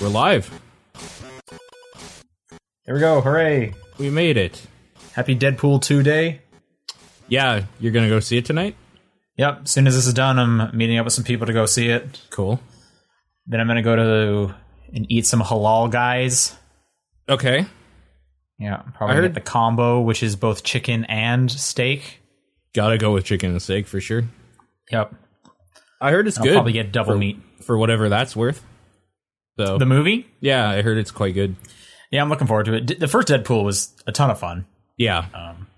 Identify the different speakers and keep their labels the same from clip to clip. Speaker 1: We're live.
Speaker 2: Here we go. Hooray.
Speaker 1: We made it.
Speaker 2: Happy Deadpool 2 day.
Speaker 1: Yeah, you're gonna go see it tonight.
Speaker 2: Yep. As soon as this is done, I'm meeting up with some people to go see it.
Speaker 1: Cool.
Speaker 2: Then I'm going to go to and eat some halal guys.
Speaker 1: Okay.
Speaker 2: Yeah.
Speaker 1: I
Speaker 2: Probably
Speaker 1: heard-
Speaker 2: get the combo, which is both chicken and steak.
Speaker 1: Gotta go with chicken and steak for sure.
Speaker 2: Yep.
Speaker 1: I heard it's
Speaker 2: I'll
Speaker 1: good.
Speaker 2: probably get double
Speaker 1: for,
Speaker 2: meat.
Speaker 1: for whatever that's worth. So
Speaker 2: The movie?
Speaker 1: yeah, I heard it's quite good.
Speaker 2: Yeah, I'm looking forward to it. D- The first Deadpool was a ton of fun.
Speaker 1: Yeah.
Speaker 2: Um,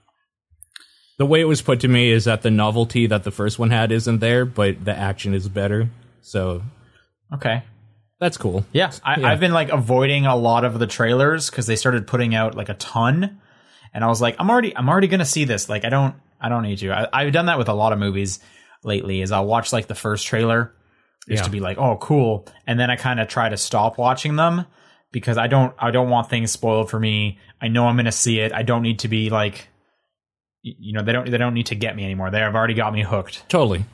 Speaker 1: the way it was put to me is that the novelty that the first one had isn't there, but the action is better. So
Speaker 2: Okay.
Speaker 1: that's cool.
Speaker 2: Yeah, I,
Speaker 1: Yeah.
Speaker 2: I've been like avoiding a lot of the trailers because they started putting out like a ton, and I was like, I'm already, I'm already gonna see this. Like, I don't, I don't need to. I, I've done that with a lot of movies lately. Is I'll watch like the first trailer just
Speaker 1: Yeah.
Speaker 2: to be like, oh, cool, and then I kind of try to stop watching them because I don't, I don't want things spoiled for me. I know I'm gonna see it. I don't need to be like, y- you know, they don't, they don't need to get me anymore. They have already got me hooked.
Speaker 1: Totally.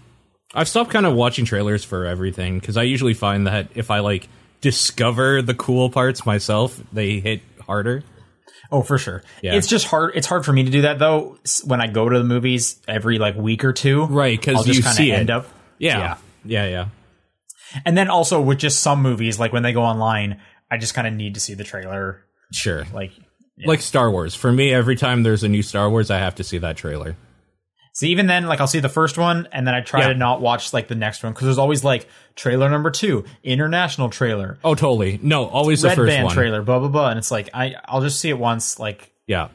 Speaker 1: I've stopped kind of watching trailers for everything because I usually find that if I like discover the cool parts myself, they hit harder.
Speaker 2: Oh, for sure.
Speaker 1: Yeah.
Speaker 2: It's just hard. It's hard for me to do that though. s- When I go to the movies every like week or two,
Speaker 1: Right, 'cause
Speaker 2: I'll just
Speaker 1: you
Speaker 2: kinda
Speaker 1: see it.
Speaker 2: end up.
Speaker 1: Yeah. Yeah, yeah.
Speaker 2: And then also with just some movies, like when they go online, I just kind of need to see the trailer.
Speaker 1: Sure.
Speaker 2: Like,
Speaker 1: Like Star Wars. For me, every time there's a new Star Wars, I have to see that trailer.
Speaker 2: see, even then, like I'll see the first one, and then I try
Speaker 1: Yeah.
Speaker 2: to not watch like the next one because there's always like trailer number two, international trailer,
Speaker 1: Oh, totally. No, always the
Speaker 2: red
Speaker 1: first
Speaker 2: band
Speaker 1: one.
Speaker 2: trailer, blah blah blah, and it's like I I'll just see it once. Like,
Speaker 1: Yeah.
Speaker 2: I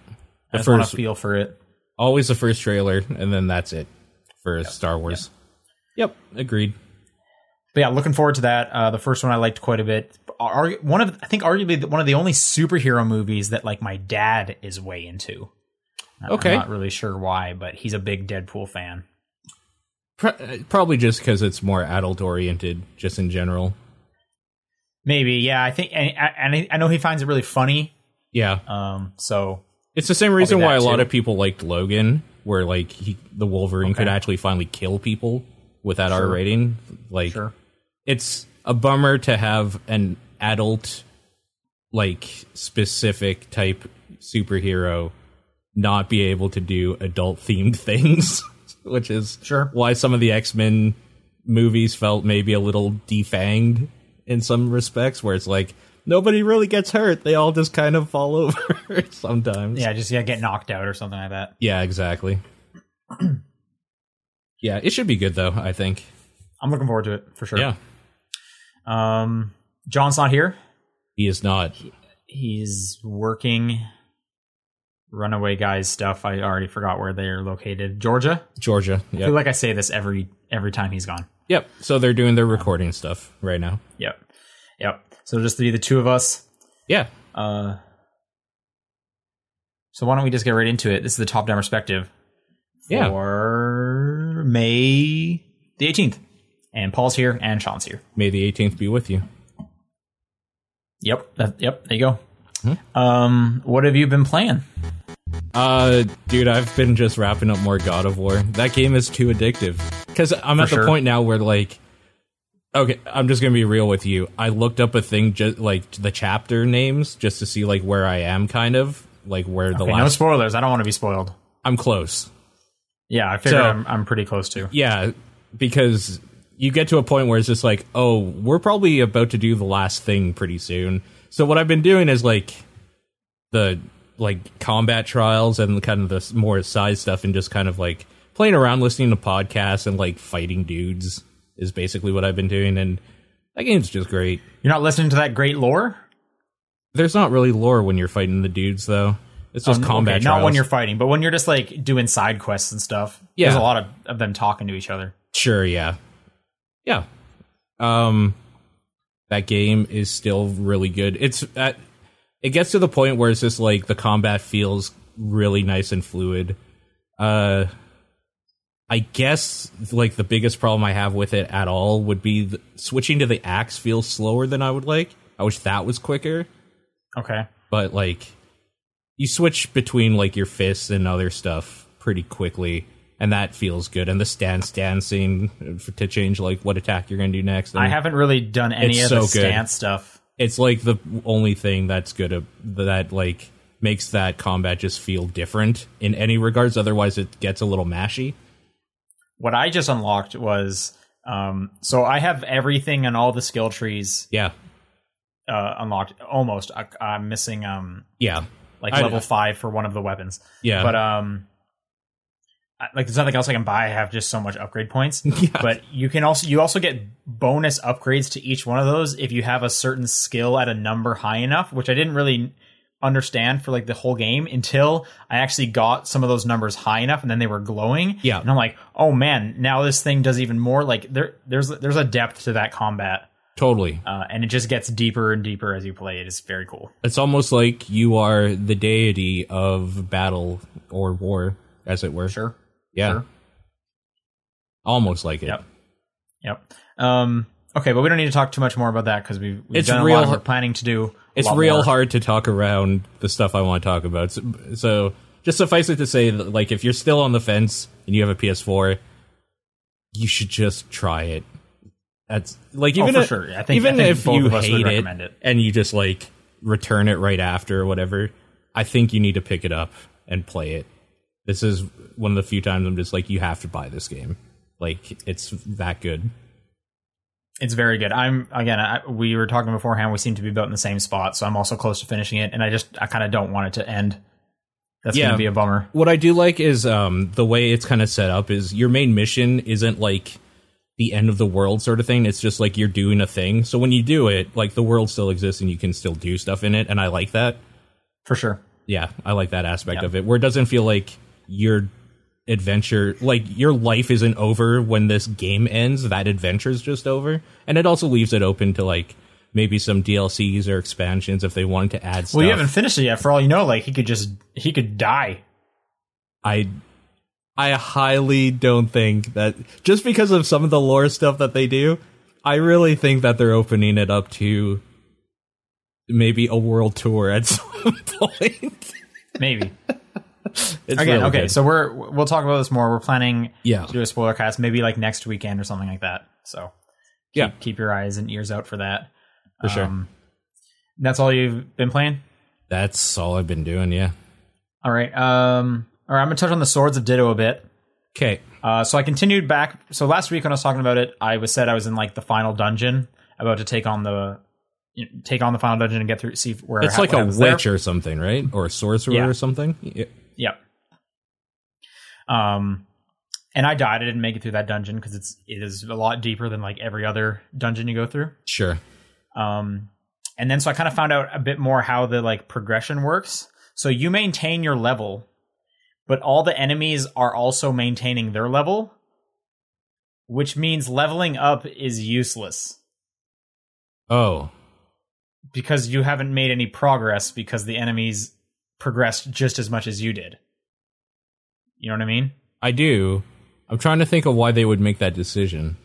Speaker 1: The
Speaker 2: just want
Speaker 1: first,
Speaker 2: to feel for it.
Speaker 1: always the first trailer, and then that's it for Star Wars. Yep. Agreed.
Speaker 2: But yeah, looking forward to that. Uh, the first one I liked quite a bit. Ar- one of I think arguably the- one of the only superhero movies that like my dad is way into. I-
Speaker 1: Okay.
Speaker 2: I'm not really sure why, but he's a big Deadpool fan.
Speaker 1: Pr- uh, probably just because it's more adult oriented, just in general.
Speaker 2: Maybe yeah, I think and, and I- I know he finds it really funny.
Speaker 1: Yeah.
Speaker 2: Um, so
Speaker 1: It's the same reason
Speaker 2: that
Speaker 1: why a lot
Speaker 2: too.
Speaker 1: of people liked Logan, where like he, the Wolverine could actually finally kill people without our rating. Like
Speaker 2: sure,
Speaker 1: it's a bummer to have an adult, like specific type superhero not be able to do adult themed things, which is
Speaker 2: Sure.
Speaker 1: why some of the X Men movies felt maybe a little defanged in some respects, where it's like nobody really gets hurt; they all just kind of fall over sometimes.
Speaker 2: yeah, just yeah, get knocked out or something like that.
Speaker 1: Yeah, exactly. yeah, it should be good though. I think.
Speaker 2: I'm looking forward to it for sure.
Speaker 1: Yeah,
Speaker 2: Um, John's not here.
Speaker 1: he is not.
Speaker 2: He's working. Runaway guys stuff. I already forgot where they are located. Georgia.
Speaker 1: Georgia.
Speaker 2: I feel
Speaker 1: Yep.
Speaker 2: like I say this every every time he's gone.
Speaker 1: Yep. So they're doing their recording stuff right now.
Speaker 2: Yep. Yep. So just be the two of us.
Speaker 1: Yeah.
Speaker 2: Uh, so why don't we just get right into it? This is the top down perspective
Speaker 1: Yeah.
Speaker 2: for May the 18th. And Paul's here and Sean's here.
Speaker 1: May the 18th be with you.
Speaker 2: Yep. That, yep. There you go. Um, what have you been playing?
Speaker 1: Uh, dude, I've been just wrapping up more God of War. That game is too addictive. Because I'm at the
Speaker 2: sure.
Speaker 1: point now where, like, okay, I'm just gonna be real with you. I looked up a thing, just like the chapter names, just to see like where I am, kind of like where the
Speaker 2: Okay, no
Speaker 1: last.
Speaker 2: spoilers. I don't want to be spoiled.
Speaker 1: I'm close.
Speaker 2: Yeah, I figure
Speaker 1: So-
Speaker 2: I'm, I'm pretty close to.
Speaker 1: Yeah, because you get to a point where it's just like, oh, we're probably about to do the last thing pretty soon. So what I've been doing is like the like combat trials and kind of the s- more side stuff and just kind of like playing around listening to podcasts and like fighting dudes is basically what I've been doing and that game's just great.
Speaker 2: You're not listening to that great lore?
Speaker 1: There's not really lore when you're fighting the dudes though. It's just combat
Speaker 2: Mm, Um, Okay,
Speaker 1: trials.
Speaker 2: not when you're fighting, but when you're just like doing side quests and stuff.
Speaker 1: Yeah.
Speaker 2: There's a lot of, of them talking to each other.
Speaker 1: Sure, yeah. Yeah. Um that game is still really good. It's at it gets to the point where it's just like the combat feels really nice and fluid. Uh I guess like the biggest problem I have with it at all would be the, switching to the axe feels slower than I would like. I wish that was quicker
Speaker 2: Okay.
Speaker 1: but like you switch between like your fists and other stuff pretty quickly and that feels good and the stance dancing for, to change like what attack you're going to do next and
Speaker 2: I haven't really done any
Speaker 1: Mm. It's
Speaker 2: of the
Speaker 1: so good.
Speaker 2: stance stuff.
Speaker 1: it's like the only thing that's good ab- that like makes that combat just feel different in any regards. Otherwise, it gets a little mashy.
Speaker 2: What I just unlocked was um, so I have everything and all the skill trees
Speaker 1: Yeah,
Speaker 2: uh, unlocked almost. I, I'm missing um,
Speaker 1: yeah,
Speaker 2: like
Speaker 1: I-
Speaker 2: level five for one of the weapons.
Speaker 1: yeah.
Speaker 2: But um, I- like there's nothing else I can buy. I have just so much upgrade points.
Speaker 1: Yeah.
Speaker 2: But you can also you also get bonus upgrades to each one of those if you have a certain skill at a number high enough, which I didn't really understand for like the whole game until I actually got some of those numbers high enough and then they were glowing.
Speaker 1: Yeah.
Speaker 2: And I'm like, "Oh man, now this thing does even more like there there's there's a depth to that combat."
Speaker 1: totally.
Speaker 2: Uh, and it just gets deeper and deeper as you play it. It's very cool.
Speaker 1: It's almost like you are the deity of battle or war, as it were.
Speaker 2: Sure.
Speaker 1: Yeah.
Speaker 2: sure.
Speaker 1: Almost like it.
Speaker 2: Yep. Yep. Um, okay, but we don't need to talk too much more about that because we've, we've
Speaker 1: It's
Speaker 2: done a
Speaker 1: real-
Speaker 2: lot. We're planning to do. a
Speaker 1: It's
Speaker 2: lot
Speaker 1: real
Speaker 2: more.
Speaker 1: hard to talk around the stuff I want to talk about. So, so just suffice it to say that, like, if you're still on the fence and you have a PS4, you should just try it. That's like even
Speaker 2: Oh, for
Speaker 1: if,
Speaker 2: sure. I think-
Speaker 1: even
Speaker 2: I think
Speaker 1: if
Speaker 2: both
Speaker 1: you
Speaker 2: of us would
Speaker 1: hate it,
Speaker 2: recommend it.
Speaker 1: and you just like return it right after or whatever, I think you need to pick it up and play it. This is one of the few times I'm just like, you have to buy this game. Like it's that good.
Speaker 2: It's very good. I'm again. I, we were talking beforehand. We seem to be about in the same spot, so I'm also close to finishing it. And I just I kind of don't want it to end. That's
Speaker 1: Yeah.
Speaker 2: gonna be a bummer.
Speaker 1: what I do like is um, the way it's kind of set up is your main mission isn't like the end of the world sort of thing. It's just like you're doing a thing. So when you do it, like the world still exists and you can still do stuff in it. And I like that.
Speaker 2: For sure.
Speaker 1: Yeah, I like that aspect of it where it doesn't feel like your adventure, like your life isn't over when this game ends. That adventure's just over. And it also leaves it open to like maybe some DLCs or expansions if they wanted to add stuff.
Speaker 2: Well, you haven't finished it yet. For all you know, like he could just he could die.
Speaker 1: I I highly don't think that just because of some of the lore stuff that they do, I really think that they're opening it up to maybe a world tour at some point.
Speaker 2: Maybe.
Speaker 1: It's
Speaker 2: Again,
Speaker 1: really
Speaker 2: okay.
Speaker 1: good.
Speaker 2: So we're we'll talk about this more. We're planning
Speaker 1: Yeah.
Speaker 2: to do a spoiler cast maybe like next weekend or something like that. So
Speaker 1: Yeah.
Speaker 2: keep, keep your eyes and ears out for that.
Speaker 1: For
Speaker 2: Um,
Speaker 1: sure.
Speaker 2: that's all you've been playing.
Speaker 1: that's all I've been doing, yeah.
Speaker 2: All right. Um. All right. I'm gonna touch on the Swords of Ditto a bit.
Speaker 1: Okay.
Speaker 2: Uh, so I continued back. So last week when I was talking about it, I was said I was in like the final dungeon, about to take on the you know, take on the final dungeon and get through. See where
Speaker 1: It's
Speaker 2: ha-
Speaker 1: like a
Speaker 2: what happens there.
Speaker 1: witch or something, right? Or a sorcerer
Speaker 2: Yeah.
Speaker 1: or something. Yeah.
Speaker 2: Yep. Um, and I died. I didn't make it through that dungeon because it's it is a lot deeper than like every other dungeon you go through.
Speaker 1: Sure.
Speaker 2: Um, and then so I kind of found out a bit more how the like progression works. So you maintain your level, but all the enemies are also maintaining their level, which means leveling up is useless
Speaker 1: Oh.
Speaker 2: because you haven't made any progress because the enemies progressed just as much as you did. You know what I mean?
Speaker 1: I do. I'm trying to think of why they would make that decision.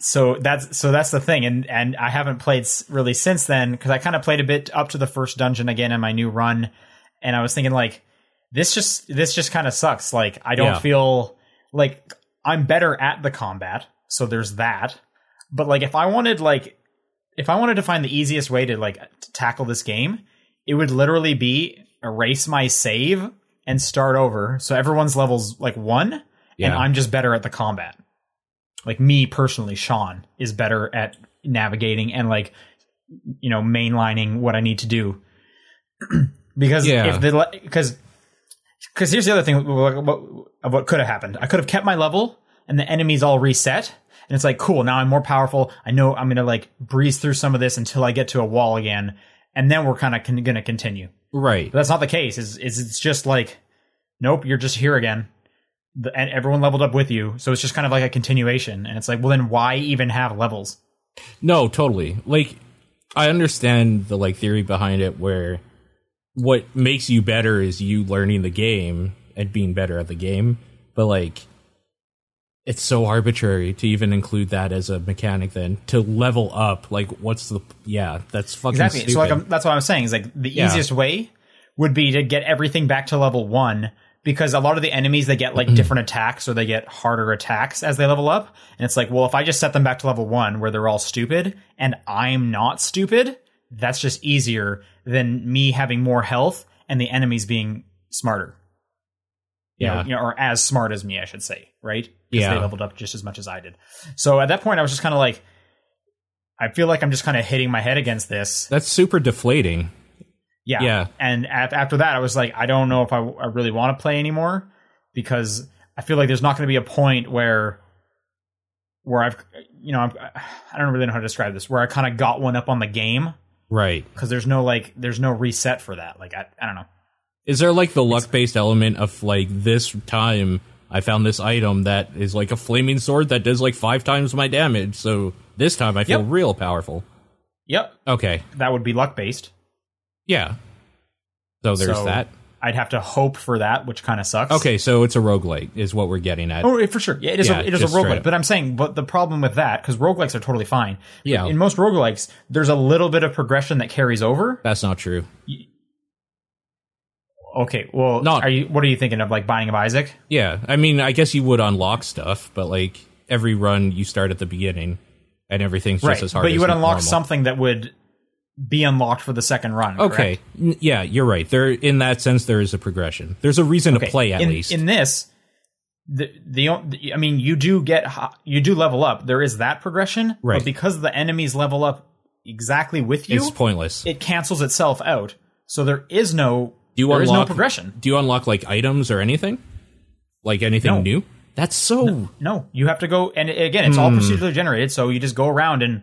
Speaker 2: so that's so that's the thing and and i haven't played s- really since then because i kind of played a bit up to the first dungeon again in my new run and i was thinking like this just this just kind of sucks like i don't
Speaker 1: Yeah.
Speaker 2: feel like i'm better at the combat so there's that but like if i wanted like if i wanted to find the easiest way to like to tackle this game it would literally be erase my save and start over so everyone's levels like one and
Speaker 1: Yeah.
Speaker 2: I'm just better at the combat. Like me personally, Sean is better at navigating and like you know mainlining what I need to do. because
Speaker 1: Yeah.
Speaker 2: if the because because here's the other thing of what- of what could have happened. I could have kept my level and the enemies all reset. And it's like, cool, now I'm more powerful. I know I'm going to like breeze through some of this until I get to a wall again. And then we're kind of con- going to continue.
Speaker 1: Right.
Speaker 2: But that's not the case. Is is it's just like, nope, you're just here again, the, and everyone leveled up with you. So it's just kind of like a continuation. And it's like, well, then why even have levels?
Speaker 1: No, totally. Like I understand the like theory behind it where what makes you better is you learning the game and being better at the game, but like it's so arbitrary to even include that as a mechanic then to level up like what's the yeah that's fucking
Speaker 2: Exactly.
Speaker 1: stupid.
Speaker 2: So like, I'm, that's what I'm saying. Is like the
Speaker 1: Yeah.
Speaker 2: easiest way would be to get everything back to level one because a lot of the enemies they get
Speaker 1: Mm-hmm.
Speaker 2: like different attacks or they get harder attacks as they level up. And it's like, well, if I just set them back to level one where they're all stupid and I'm not stupid, that's just easier than me having more health and the enemies being smarter. You know-
Speaker 1: Yeah.
Speaker 2: you know, or as smart as me, I should say, right? 'Cause
Speaker 1: Yeah.
Speaker 2: they leveled up just as much as I did. So at that point, I was just kind of like, I feel like I'm just kind of hitting my head against this.
Speaker 1: That's super deflating.
Speaker 2: Yeah.
Speaker 1: Yeah.
Speaker 2: And af after that, I was like, I don't know if I, I really want to play anymore because I feel like there's not going to be a point where where I've you know I've, I don't really know how to describe this where I kind of got one up on the game
Speaker 1: Right.
Speaker 2: because there's no like there's no reset for that. Like I, I don't know.
Speaker 1: Is there like the luck based element of like this time I found this item that is like a flaming sword that does like five times my damage, so this time I feel
Speaker 2: Yep.
Speaker 1: real powerful.
Speaker 2: Yep,
Speaker 1: Okay.
Speaker 2: that would be luck based.
Speaker 1: Yeah. So there's
Speaker 2: So-
Speaker 1: that.
Speaker 2: I'd have to hope for that, which kind of sucks.
Speaker 1: Okay, so it's a roguelite is what we're getting at.
Speaker 2: Oh, yeah, for sure. Yeah, it is.
Speaker 1: Yeah,
Speaker 2: a, it is a
Speaker 1: just straight
Speaker 2: roguelike.
Speaker 1: up.
Speaker 2: But I'm saying, but the problem with that, because roguelikes are totally fine.
Speaker 1: Yeah.
Speaker 2: In most roguelikes, there's a little bit of progression that carries over.
Speaker 1: That's not true.
Speaker 2: Okay, well,
Speaker 1: Not-
Speaker 2: are you? What are you thinking of? Like buying of Isaac?
Speaker 1: Yeah. I mean, I guess you would unlock stuff, but like every run you start at the beginning and everything's just as hard
Speaker 2: but you
Speaker 1: as
Speaker 2: would unlock
Speaker 1: normal.
Speaker 2: something that would be unlocked for the second run.
Speaker 1: Okay.
Speaker 2: correct?
Speaker 1: N- Yeah, you're right. There in that sense there is a progression. There's a reason to
Speaker 2: Okay,
Speaker 1: play at
Speaker 2: in,
Speaker 1: least.
Speaker 2: in this. The, the on- I mean you do get hi- you do level up. There is that progression,
Speaker 1: Right.
Speaker 2: But because the enemies level up exactly with you,
Speaker 1: it's pointless.
Speaker 2: it cancels itself out. So there is no
Speaker 1: Do you
Speaker 2: there is no
Speaker 1: unlock-
Speaker 2: progression.
Speaker 1: Do you unlock like items or anything? Like anything
Speaker 2: No.
Speaker 1: new? That's so
Speaker 2: No, you have to go and again, it's all
Speaker 1: Hmm.
Speaker 2: procedurally generated. So you just go around and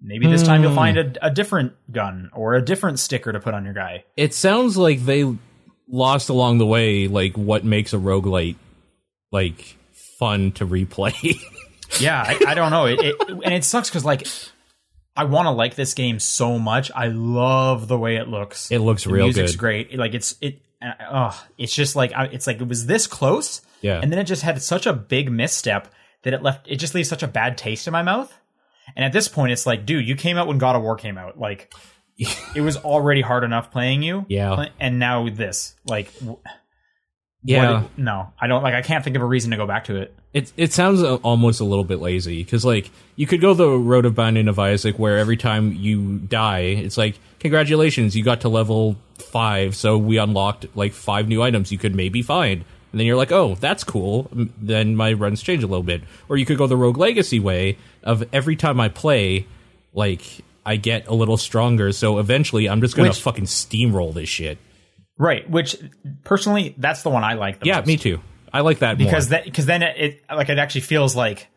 Speaker 2: maybe this time
Speaker 1: Hmm.
Speaker 2: you'll find a, a different gun or a different sticker to put on your guy.
Speaker 1: it sounds like they lost along the way like what makes a roguelite like fun to replay.
Speaker 2: yeah i, I don't know it, it and it sucks because like i want to like this game so much i love the way it looks
Speaker 1: it looks
Speaker 2: the
Speaker 1: real
Speaker 2: music's
Speaker 1: good.
Speaker 2: great It- like it's it uh, oh, it's just like I, it's like it was this close
Speaker 1: Yeah.
Speaker 2: and then it just had such a big misstep that it left it just leaves such a bad taste in my mouth and at this point it's like dude you came out when god of war came out like it was already hard enough playing you
Speaker 1: Yeah.
Speaker 2: pla- and now this like w-
Speaker 1: yeah.
Speaker 2: what- no i don't like i can't think of a reason to go back to it
Speaker 1: It it sounds a, almost a little bit lazy because like you could go the road of binding of Isaac, where every time you die, it's like congratulations, you got to level five, so we unlocked like five new items you could maybe find, and then you're like, oh, that's cool. M- Then my runs change a little bit. Or you could go the Rogue Legacy way of every time I play, like I get a little stronger, so eventually I'm just gonna
Speaker 2: Which-
Speaker 1: fucking steamroll this shit.
Speaker 2: right which personally that's the one i like the
Speaker 1: Yeah,
Speaker 2: most.
Speaker 1: me too. I like that more.
Speaker 2: because that because then it, it like it actually feels like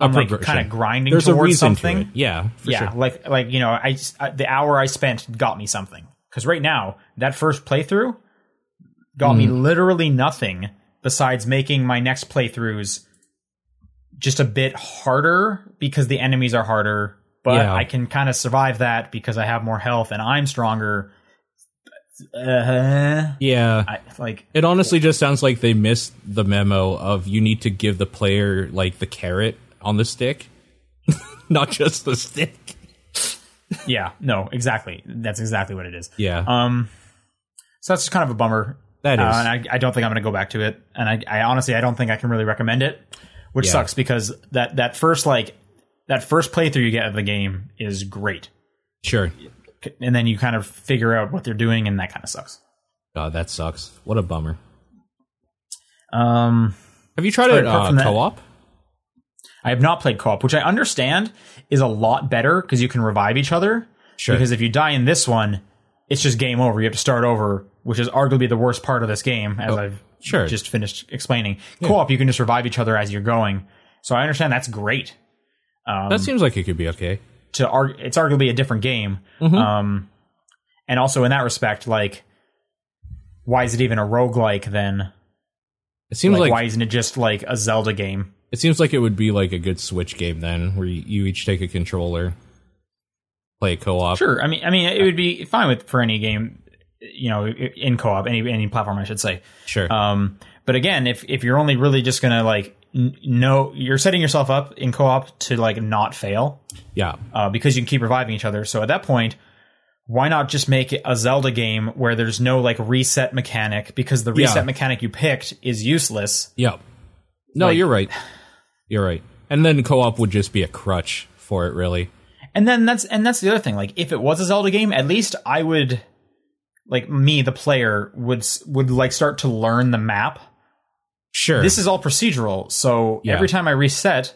Speaker 1: A
Speaker 2: I'm like
Speaker 1: progression.
Speaker 2: kind of grinding
Speaker 1: There's a
Speaker 2: towards
Speaker 1: reason
Speaker 2: something.
Speaker 1: to it. Yeah, for
Speaker 2: yeah,
Speaker 1: sure.
Speaker 2: like like you know, I, s- I- the hour I spent got me something because right now that first playthrough got me
Speaker 1: Mm.
Speaker 2: literally nothing besides making my next playthroughs just a bit harder because the enemies are harder. But
Speaker 1: Yeah.
Speaker 2: I can kind of survive that because I have more health and I'm stronger. Uh,
Speaker 1: Yeah.
Speaker 2: I, like
Speaker 1: It honestly just sounds like they missed the memo of you need to give the player like the carrot on the stick, not just the stick.
Speaker 2: yeah, no, exactly. That's exactly what it is.
Speaker 1: Yeah,
Speaker 2: Um, so that's just kind of a bummer.
Speaker 1: Uh, that
Speaker 2: Uh,
Speaker 1: is.
Speaker 2: and I, I don't think I'm going to go back to it. And I, I honestly, I don't think I can really recommend it, which
Speaker 1: Yeah.
Speaker 2: sucks because that that first like that first playthrough you get of the game is great,
Speaker 1: sure.
Speaker 2: C- and then you kind of figure out what they're doing, and that kind of sucks.
Speaker 1: God, that sucks. What a bummer.
Speaker 2: Um,
Speaker 1: Have you tried
Speaker 2: But
Speaker 1: it
Speaker 2: apart
Speaker 1: uh,
Speaker 2: from that-
Speaker 1: co-op?
Speaker 2: I have not played co-op, which I understand is a lot better because you can revive each other.
Speaker 1: Sure.
Speaker 2: Because if you die in this one, it's just game over. You have to start over, which is arguably the worst part of this game, as I've
Speaker 1: Oh, sure.
Speaker 2: just finished explaining. Co-op, you can just revive each other as you're going. So I understand that's great. Um,
Speaker 1: that seems like it could be okay.
Speaker 2: to arg- it's arguably a different game.
Speaker 1: Mm-hmm.
Speaker 2: Um, and also in that respect, like, why is it even a roguelike then?
Speaker 1: It seems
Speaker 2: like,
Speaker 1: like,
Speaker 2: why isn't it just like a Zelda game?
Speaker 1: it seems like it would be like a good Switch game then, where you, you each take a controller, play co-op.
Speaker 2: Sure. I mean, I mean, it would be fine with for any game, you know, in co-op, any any platform, I should say.
Speaker 1: Sure.
Speaker 2: Um, but again, if if you're only really just gonna like n- no, you're setting yourself up in co-op to like not fail
Speaker 1: yeah.
Speaker 2: uh, because you can keep reviving each other. So at that point, why not just make it a Zelda game where there's no like reset mechanic because the
Speaker 1: Yeah.
Speaker 2: reset mechanic you picked is useless.
Speaker 1: Yeah. No,
Speaker 2: Like-
Speaker 1: you're right. You're right. And then co-op would just be a crutch for it, really.
Speaker 2: And then that's and that's the other thing. Like if it was a Zelda game, at least I would like me the player would s- would like start to learn the map.
Speaker 1: Sure.
Speaker 2: This is all procedural, so
Speaker 1: Yeah.
Speaker 2: every time I reset,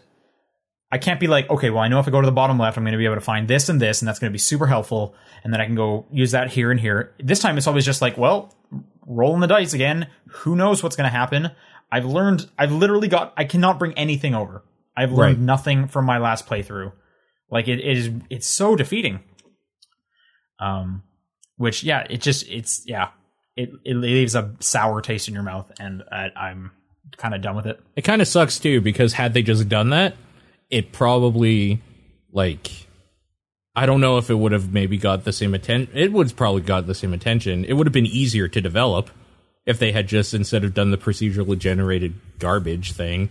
Speaker 2: I can't be like, okay, well, I know if I go to the bottom left, I'm going to be able to find this and this, and that's going to be super helpful, and then I can go use that here and here. This time, it's always just like, well, rolling the dice again. Who knows what's going to happen? I've learned. I've literally got. I cannot bring anything over. I've learned
Speaker 1: Right.
Speaker 2: nothing from my last playthrough. Like it, it is. It's so defeating. Um, which yeah, it just it's yeah, it it leaves a sour taste in your mouth, and I, I'm kind of done with it.
Speaker 1: it kind of sucks too because had they just done that, it probably like I don't know if it would have maybe got the same attention. It would have probably got the same attention. It would have been easier to develop if they had just instead of done the procedurally generated garbage thing,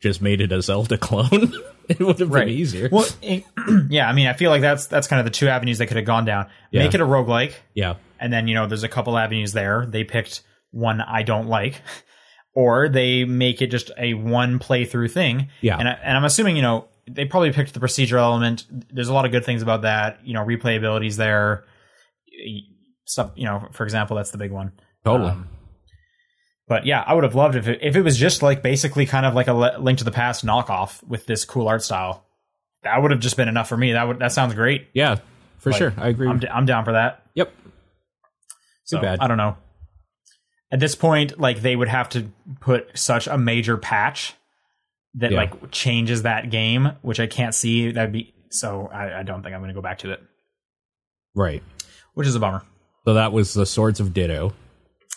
Speaker 1: just made it a Zelda clone. it would have been easier.
Speaker 2: Well, it- yeah, I mean, I feel like that's that's kind of the two avenues they could have gone down.
Speaker 1: Yeah.
Speaker 2: Make it a roguelike,
Speaker 1: yeah,
Speaker 2: and then you know, there's a couple avenues there. They picked one I don't like, or they make it just a one playthrough thing.
Speaker 1: Yeah.
Speaker 2: and I, and I'm assuming you know they probably picked the procedural element. There's a lot of good things about that. You know, replayability's there. Stuff, you know, for example, that's the big one.
Speaker 1: totally.
Speaker 2: Um, but yeah, I would have loved if it, if it was just like basically kind of like a Le- Link to the Past knockoff with this cool art style. That would have just been enough for me. That would that sounds great.
Speaker 1: yeah, for
Speaker 2: like,
Speaker 1: sure. I agree.
Speaker 2: I'm
Speaker 1: with
Speaker 2: d- I'm down for that.
Speaker 1: yep.
Speaker 2: So
Speaker 1: bad.
Speaker 2: I don't know. At this point, like they would have to put such a major patch that
Speaker 1: Yeah.
Speaker 2: like changes that game, which I can't see. That'd be so. I, I don't think I'm going to go back to it,
Speaker 1: Right.
Speaker 2: which is a bummer.
Speaker 1: So that was the Swords of Ditto.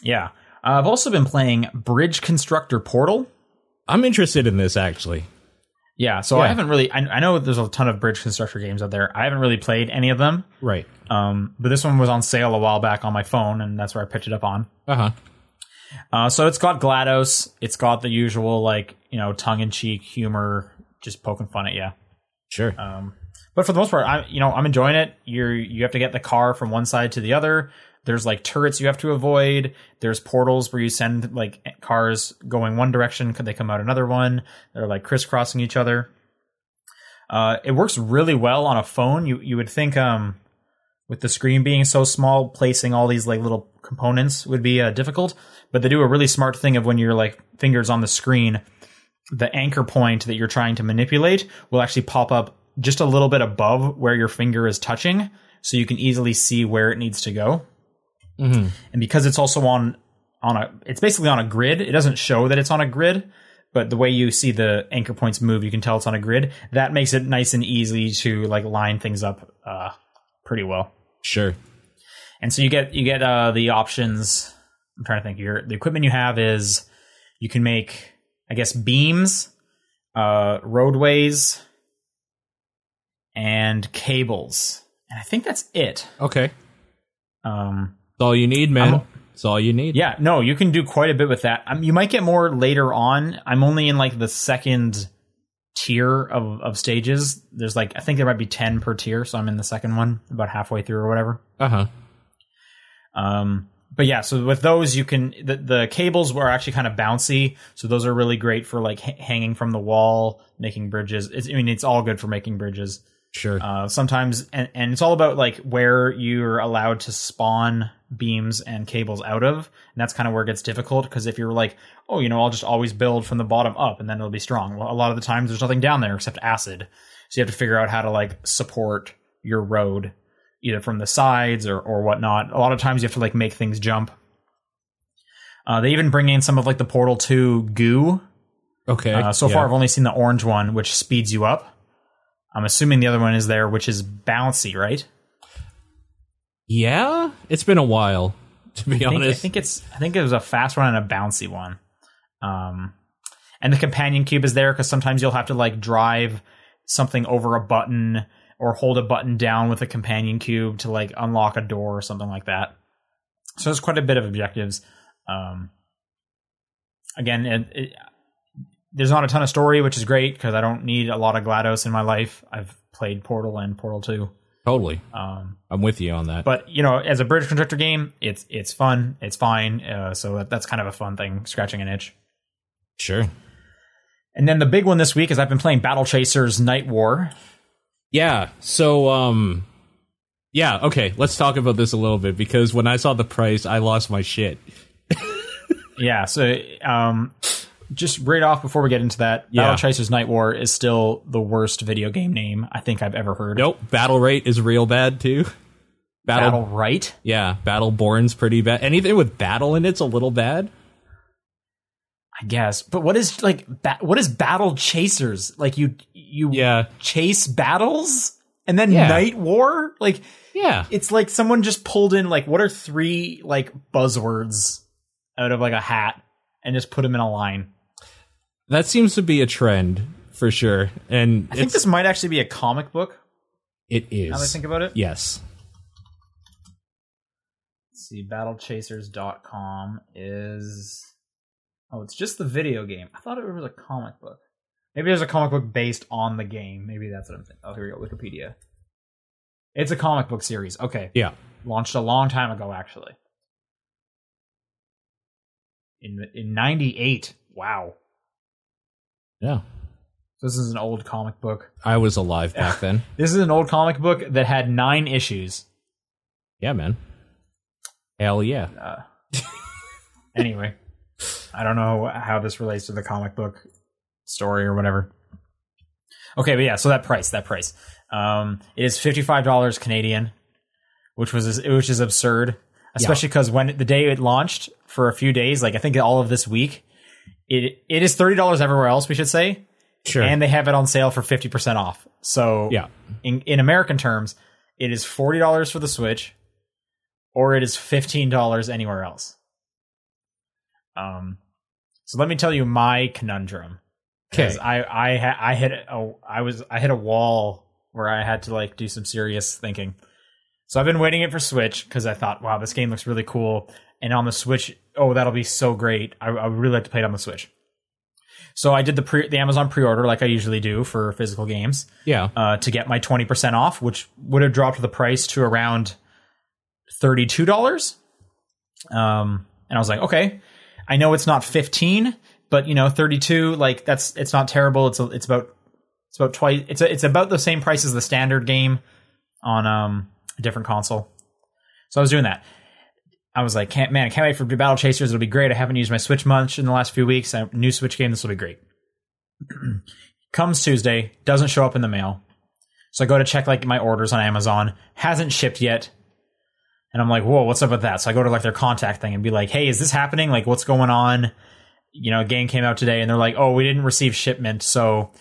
Speaker 2: Yeah, uh, I've also been playing Bridge Constructor Portal.
Speaker 1: I'm interested in this actually.
Speaker 2: Yeah, so I
Speaker 1: Yeah.
Speaker 2: haven't really. I, I know there's a ton of bridge constructor games out there. I haven't really played any of them,
Speaker 1: Right.
Speaker 2: um, but this one was on sale a while back on my phone, and that's where I picked it up on.
Speaker 1: Uh huh.
Speaker 2: Uh, so it's got Glados. It's got the usual like you know tongue in cheek humor, just poking fun at you.
Speaker 1: Sure.
Speaker 2: Um, but for the most part, I you know I'm enjoying it. You're you have to get the car from one side to the other. There's like turrets you have to avoid. There's portals where you send like cars going one direction, could they come out another one? They're like crisscrossing each other. Uh, it works really well on a phone. You you would think um, with the screen being so small, placing all these like little components would be uh, difficult. But they do a really smart thing of when your like fingers on the screen, the anchor point that you're trying to manipulate will actually pop up just a little bit above where your finger is touching, so you can easily see where it needs to go.
Speaker 1: Mhm.
Speaker 2: And because it's also on on a, it's basically on a grid. It doesn't show that it's on a grid, but the way you see the anchor points move, you can tell it's on a grid. That makes it nice and easy to like line things up uh, pretty well.
Speaker 1: sure.
Speaker 2: And so you get you get uh, the options. I'm trying to think. Your the equipment you have is you can make I guess beams, uh, roadways, and cables. And I think that's it.
Speaker 1: Okay.
Speaker 2: Um,
Speaker 1: It's all you need, man.
Speaker 2: I'm-
Speaker 1: it's all you need.
Speaker 2: yeah, no, you can do quite a bit with that. Um, you might get more later on. I'm only in like the second tier of, of stages. There's like I think there might be ten per tier, so I'm in the second one, about halfway through or whatever.
Speaker 1: Uh huh.
Speaker 2: Um, but yeah, so with those, you can the, the cables were actually kind of bouncy, so those are really great for like h- hanging from the wall, making bridges. It's, I mean, it's all good for making bridges.
Speaker 1: Sure.
Speaker 2: Uh, sometimes, and, and it's all about like where you're allowed to spawn beams and cables out of, and that's kind of where it gets difficult because if you're like, oh, you know, I'll just always build from the bottom up, and then it'll be strong. Well, a lot of the times there's nothing down there except acid, so you have to figure out how to like support your road either from the sides or or whatnot. A lot of times you have to like make things jump. Uh, they even bring in some of like the Portal Two goo
Speaker 1: okay.
Speaker 2: uh, so
Speaker 1: Yeah.
Speaker 2: far, I've only seen the orange one, which speeds you up. I'm assuming the other one is there, which is bouncy, right?
Speaker 1: yeah, it's been a while to be
Speaker 2: I think, I
Speaker 1: honest.
Speaker 2: think it's. I think there's a fast one and a bouncy one. Um, and the companion cube is there because sometimes you'll have to like drive something over a button or hold a button down with a companion cube to like unlock a door or something like that. So there's quite a bit of objectives. Um, again, it, it, there's not a ton of story, which is great because I don't need a lot of Glados in my life. I've played Portal and Portal Two.
Speaker 1: totally,
Speaker 2: Um,
Speaker 1: I'm with you on that.
Speaker 2: but you know, as a bridge constructor game, it's it's fun, it's fine. Uh, so that, that's kind of a fun thing, scratching an itch.
Speaker 1: sure.
Speaker 2: And then the big one this week is I've been playing Battle Chasers Night War.
Speaker 1: Yeah. So um yeah, okay, let's talk about this a little bit because when I saw the price, I lost my shit.
Speaker 2: Yeah. So, um, just right off before we get into that,
Speaker 1: Yeah.
Speaker 2: Battle Chasers Night War is still the worst video game name I think I've ever heard.
Speaker 1: Nope, battle rate is real bad too. Battle,
Speaker 2: Battle Right?
Speaker 1: Yeah, Battleborn's pretty bad. Anything with battle in it's a little bad.
Speaker 2: I guess. But what is like ba- what is Battle Chasers? Like you you
Speaker 1: Yeah.
Speaker 2: chase battles and then
Speaker 1: Yeah.
Speaker 2: Night War? Like
Speaker 1: Yeah.
Speaker 2: it's like someone just pulled in like what are three like buzzwords out of like a hat and just put them in a line.
Speaker 1: That seems to be a trend for sure. And
Speaker 2: I think
Speaker 1: it's,
Speaker 2: this might actually be a comic book.
Speaker 1: it is.
Speaker 2: Now that I think about it.
Speaker 1: yes.
Speaker 2: Let's see, battlechasers.com is. Oh, it's just the video game. I thought it was a comic book. Maybe there's a comic book based on the game. Maybe that's what I'm thinking. Oh, here we go. Wikipedia. It's a comic book series. Okay.
Speaker 1: Yeah.
Speaker 2: Launched a long time ago, actually. In the, in 98. Wow.
Speaker 1: Yeah.
Speaker 2: So This is an old comic book.
Speaker 1: I was alive back then.
Speaker 2: This is an old comic book that had nine issues.
Speaker 1: Yeah, man. Hell yeah.
Speaker 2: Uh, anyway, I don't know how this relates to the comic book story or whatever. Okay, but yeah, so that price, that price, um, it is fifty five dollars Canadian, which was which is absurd, especially because when the day it launched for a few days, like I think all of this week, it it is thirty dollars everywhere else. We should say,
Speaker 1: Sure.
Speaker 2: and they have it on sale for fifty percent off. So
Speaker 1: yeah.
Speaker 2: in, in American terms, it is forty dollars for the Switch, or it is fifteen dollars anywhere else. Um, so let me tell you my conundrum. 'Cause
Speaker 1: Okay.
Speaker 2: I I ha- I hit a I was I hit a wall where I had to like do some serious thinking. So I've been waiting it for Switch because I thought, wow, this game looks really cool, and on the Switch, oh, that'll be so great. I, I would really like to play it on the Switch. So I did the pre the Amazon pre order like I usually do for physical games
Speaker 1: Yeah.
Speaker 2: uh, to get my 20% off, which would have dropped the price to around $32. Um, and I was like, okay, I know it's not 15, but you know, 32, like that's, it's not terrible. It's, a, it's about, it's about twice. It's, a, it's about the same price as the standard game on, um, a different console. So I was doing that. I was like, can't, man, I can't wait for Battle Chasers. It'll be great. I haven't used my Switch much in the last few weeks. I, new Switch game. This will be great. Comes Tuesday, doesn't show up in the mail. So I go to check like my orders on Amazon, hasn't shipped yet. And I'm like, whoa, what's up with that? So I go to like their contact thing and be like, hey, is this happening? Like, what's going on? You know, a game came out today and they're like, oh, we didn't receive shipment. So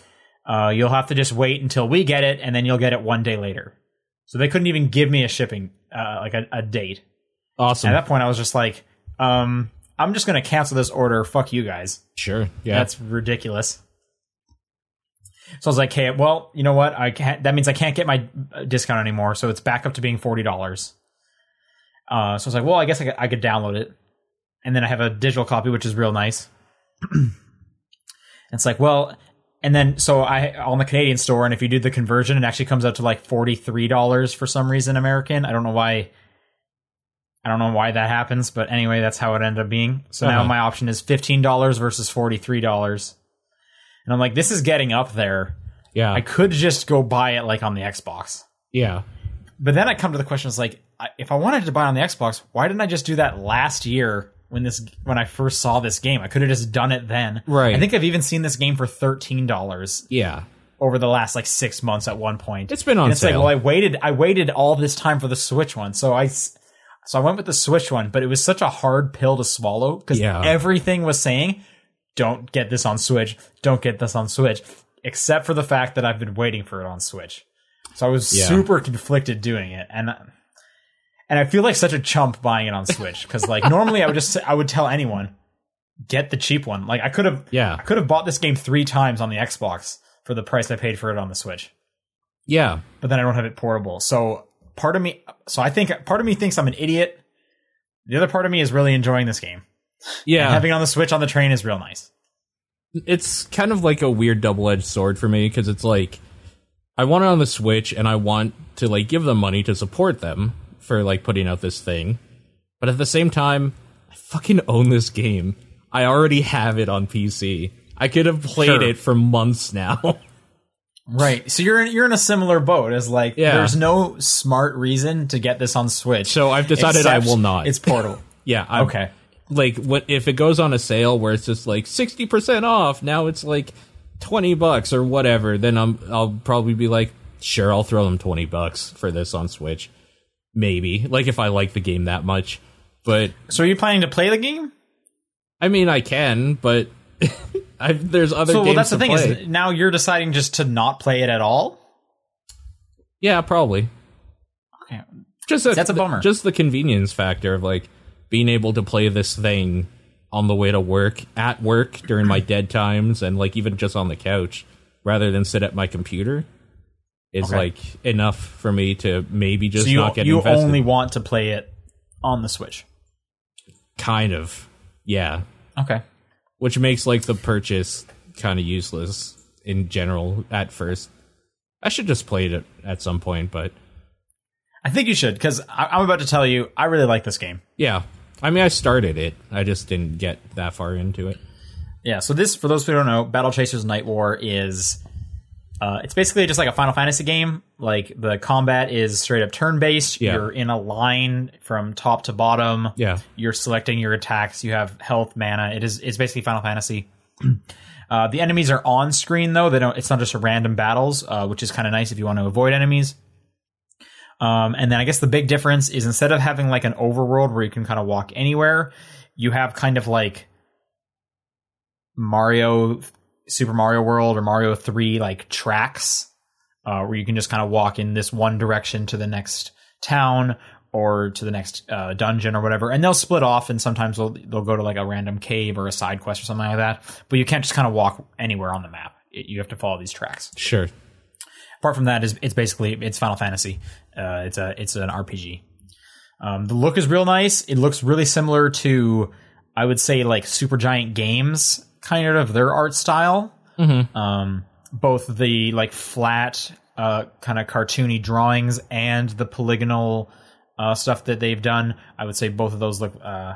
Speaker 2: uh, you'll have to just wait until we get it and then you'll get it one day later. So they couldn't even give me a shipping, uh, like a, a date.
Speaker 1: Awesome.
Speaker 2: At that point, I was just like, um, I'm just going to cancel this order. Fuck you guys.
Speaker 1: sure. Yeah.
Speaker 2: That's ridiculous. So I was like, hey, well, you know what? I can't. That means I can't get my uh, discount anymore. So it's back up to being forty dollars. Uh, so I was like, well, I guess I could, I could download it, and then I have a digital copy, which is real nice. it's like, well, and then so I on the Canadian store, and if you do the conversion, it actually comes out to like forty three dollars for some reason American. I don't know why. I don't know why that happens, but anyway, that's how it ended up being. So now
Speaker 1: Uh-huh.
Speaker 2: my option is fifteen dollars versus forty three dollars, and I'm like, this is getting up there.
Speaker 1: yeah.
Speaker 2: I could just go buy it like on the Xbox.
Speaker 1: yeah.
Speaker 2: But then I come to the question: It's like, I- if I wanted to buy it on the Xbox, why didn't I just do that last year when this when I first saw this game? I could have just done it then.
Speaker 1: Right.
Speaker 2: I think I've even seen this game for thirteen dollars
Speaker 1: Yeah.
Speaker 2: over the last like six months at one point.
Speaker 1: It's been on
Speaker 2: and it's
Speaker 1: sale.
Speaker 2: like, well, I waited, I waited all this time for the Switch one, so I. s- So I went with the Switch one, but it was such a hard pill to swallow because
Speaker 1: Yeah.
Speaker 2: everything was saying, "Don't get this on Switch, don't get this on Switch," except for the fact that I've been waiting for it on Switch. So I was
Speaker 1: Yeah.
Speaker 2: super conflicted doing it, and and I feel like such a chump buying it on Switch because like normally I would just I would tell anyone, get the cheap one. Like I could have
Speaker 1: Yeah.
Speaker 2: I could have bought this game three times on the Xbox for the price I paid for it on the Switch,
Speaker 1: Yeah.
Speaker 2: but then I don't have it portable. So part of me, so I think part of me thinks I'm an idiot. The other part of me is really enjoying this game.
Speaker 1: Yeah.
Speaker 2: Having it on the Switch on the train is real nice.
Speaker 1: it's kind of like a weird double-edged sword for me because it's like I want it on the Switch and I want to like give them money to support them for like putting out this thing. But at the same time, I fucking own this game. I already have it on PC. I could have played
Speaker 2: Sure.
Speaker 1: it for months now.
Speaker 2: Right. So you're in, you're in a similar boat as like
Speaker 1: Yeah.
Speaker 2: there's no smart reason to get this on Switch.
Speaker 1: So I've decided I
Speaker 2: except
Speaker 1: will not.
Speaker 2: It's portable.
Speaker 1: Yeah. I'm,
Speaker 2: okay.
Speaker 1: Like what if it goes on a sale where it's just like sixty percent off? Now it's like twenty bucks or whatever. Then I'm I'll probably be like, sure, I'll throw them twenty bucks for this on Switch, maybe. Like if I like the game that much, but
Speaker 2: So are you planning to play the game?
Speaker 1: I mean I can, but I've, there's other
Speaker 2: So
Speaker 1: games
Speaker 2: well, that's the
Speaker 1: to
Speaker 2: thing
Speaker 1: play.
Speaker 2: is now you're deciding just to not play it at all.
Speaker 1: yeah, probably.
Speaker 2: Okay.
Speaker 1: just the-
Speaker 2: That's a bummer.
Speaker 1: Just the convenience factor of like being able to play this thing on the way to work, at work during my dead times, and like even just on the couch rather than sit at my computer is
Speaker 2: Okay.
Speaker 1: like enough for me to maybe just
Speaker 2: So you
Speaker 1: not get
Speaker 2: you
Speaker 1: invested.
Speaker 2: only want to play it on the Switch.
Speaker 1: kind of, yeah,
Speaker 2: Okay.
Speaker 1: which makes like the purchase kind of useless in general at first. I should just play it at some point, but
Speaker 2: I think you should because I'm about to tell you I really like this game.
Speaker 1: yeah. I mean, I started it. I just didn't get that far into it.
Speaker 2: Yeah. So this, for those who don't know, Battle Chasers Night War is, uh, it's basically just like a Final Fantasy game. Like the combat is straight up turn based.
Speaker 1: Yeah.
Speaker 2: You're in a line from top to bottom.
Speaker 1: Yeah.
Speaker 2: You're selecting your attacks. You have health, mana. It is. It's basically Final Fantasy. Uh, the enemies are on screen though. They don't. It's not just random battles, uh, which is kind of nice if you want to avoid enemies. Um, and then I guess the big difference is instead of having like an overworld where you can kind of walk anywhere, you have kind of like Mario, Super Mario World or Mario 3 like tracks uh, where you can just kind of walk in this one direction to the next town or to the next uh, dungeon or whatever. And they'll split off and sometimes they'll, they'll go to like a random cave or a side quest or something like that. But you can't just kind of walk anywhere on the map. It, you have to follow these tracks
Speaker 1: Sure.
Speaker 2: apart from that is it's basically it's Final Fantasy. Uh, it's a it's an RPG. Um, the look is real nice. It looks really similar to I would say like Super Giant Games kind of their art style. Um, both the like flat uh, kind of cartoony drawings and the polygonal uh, stuff that they've done. I would say both of those look. Uh,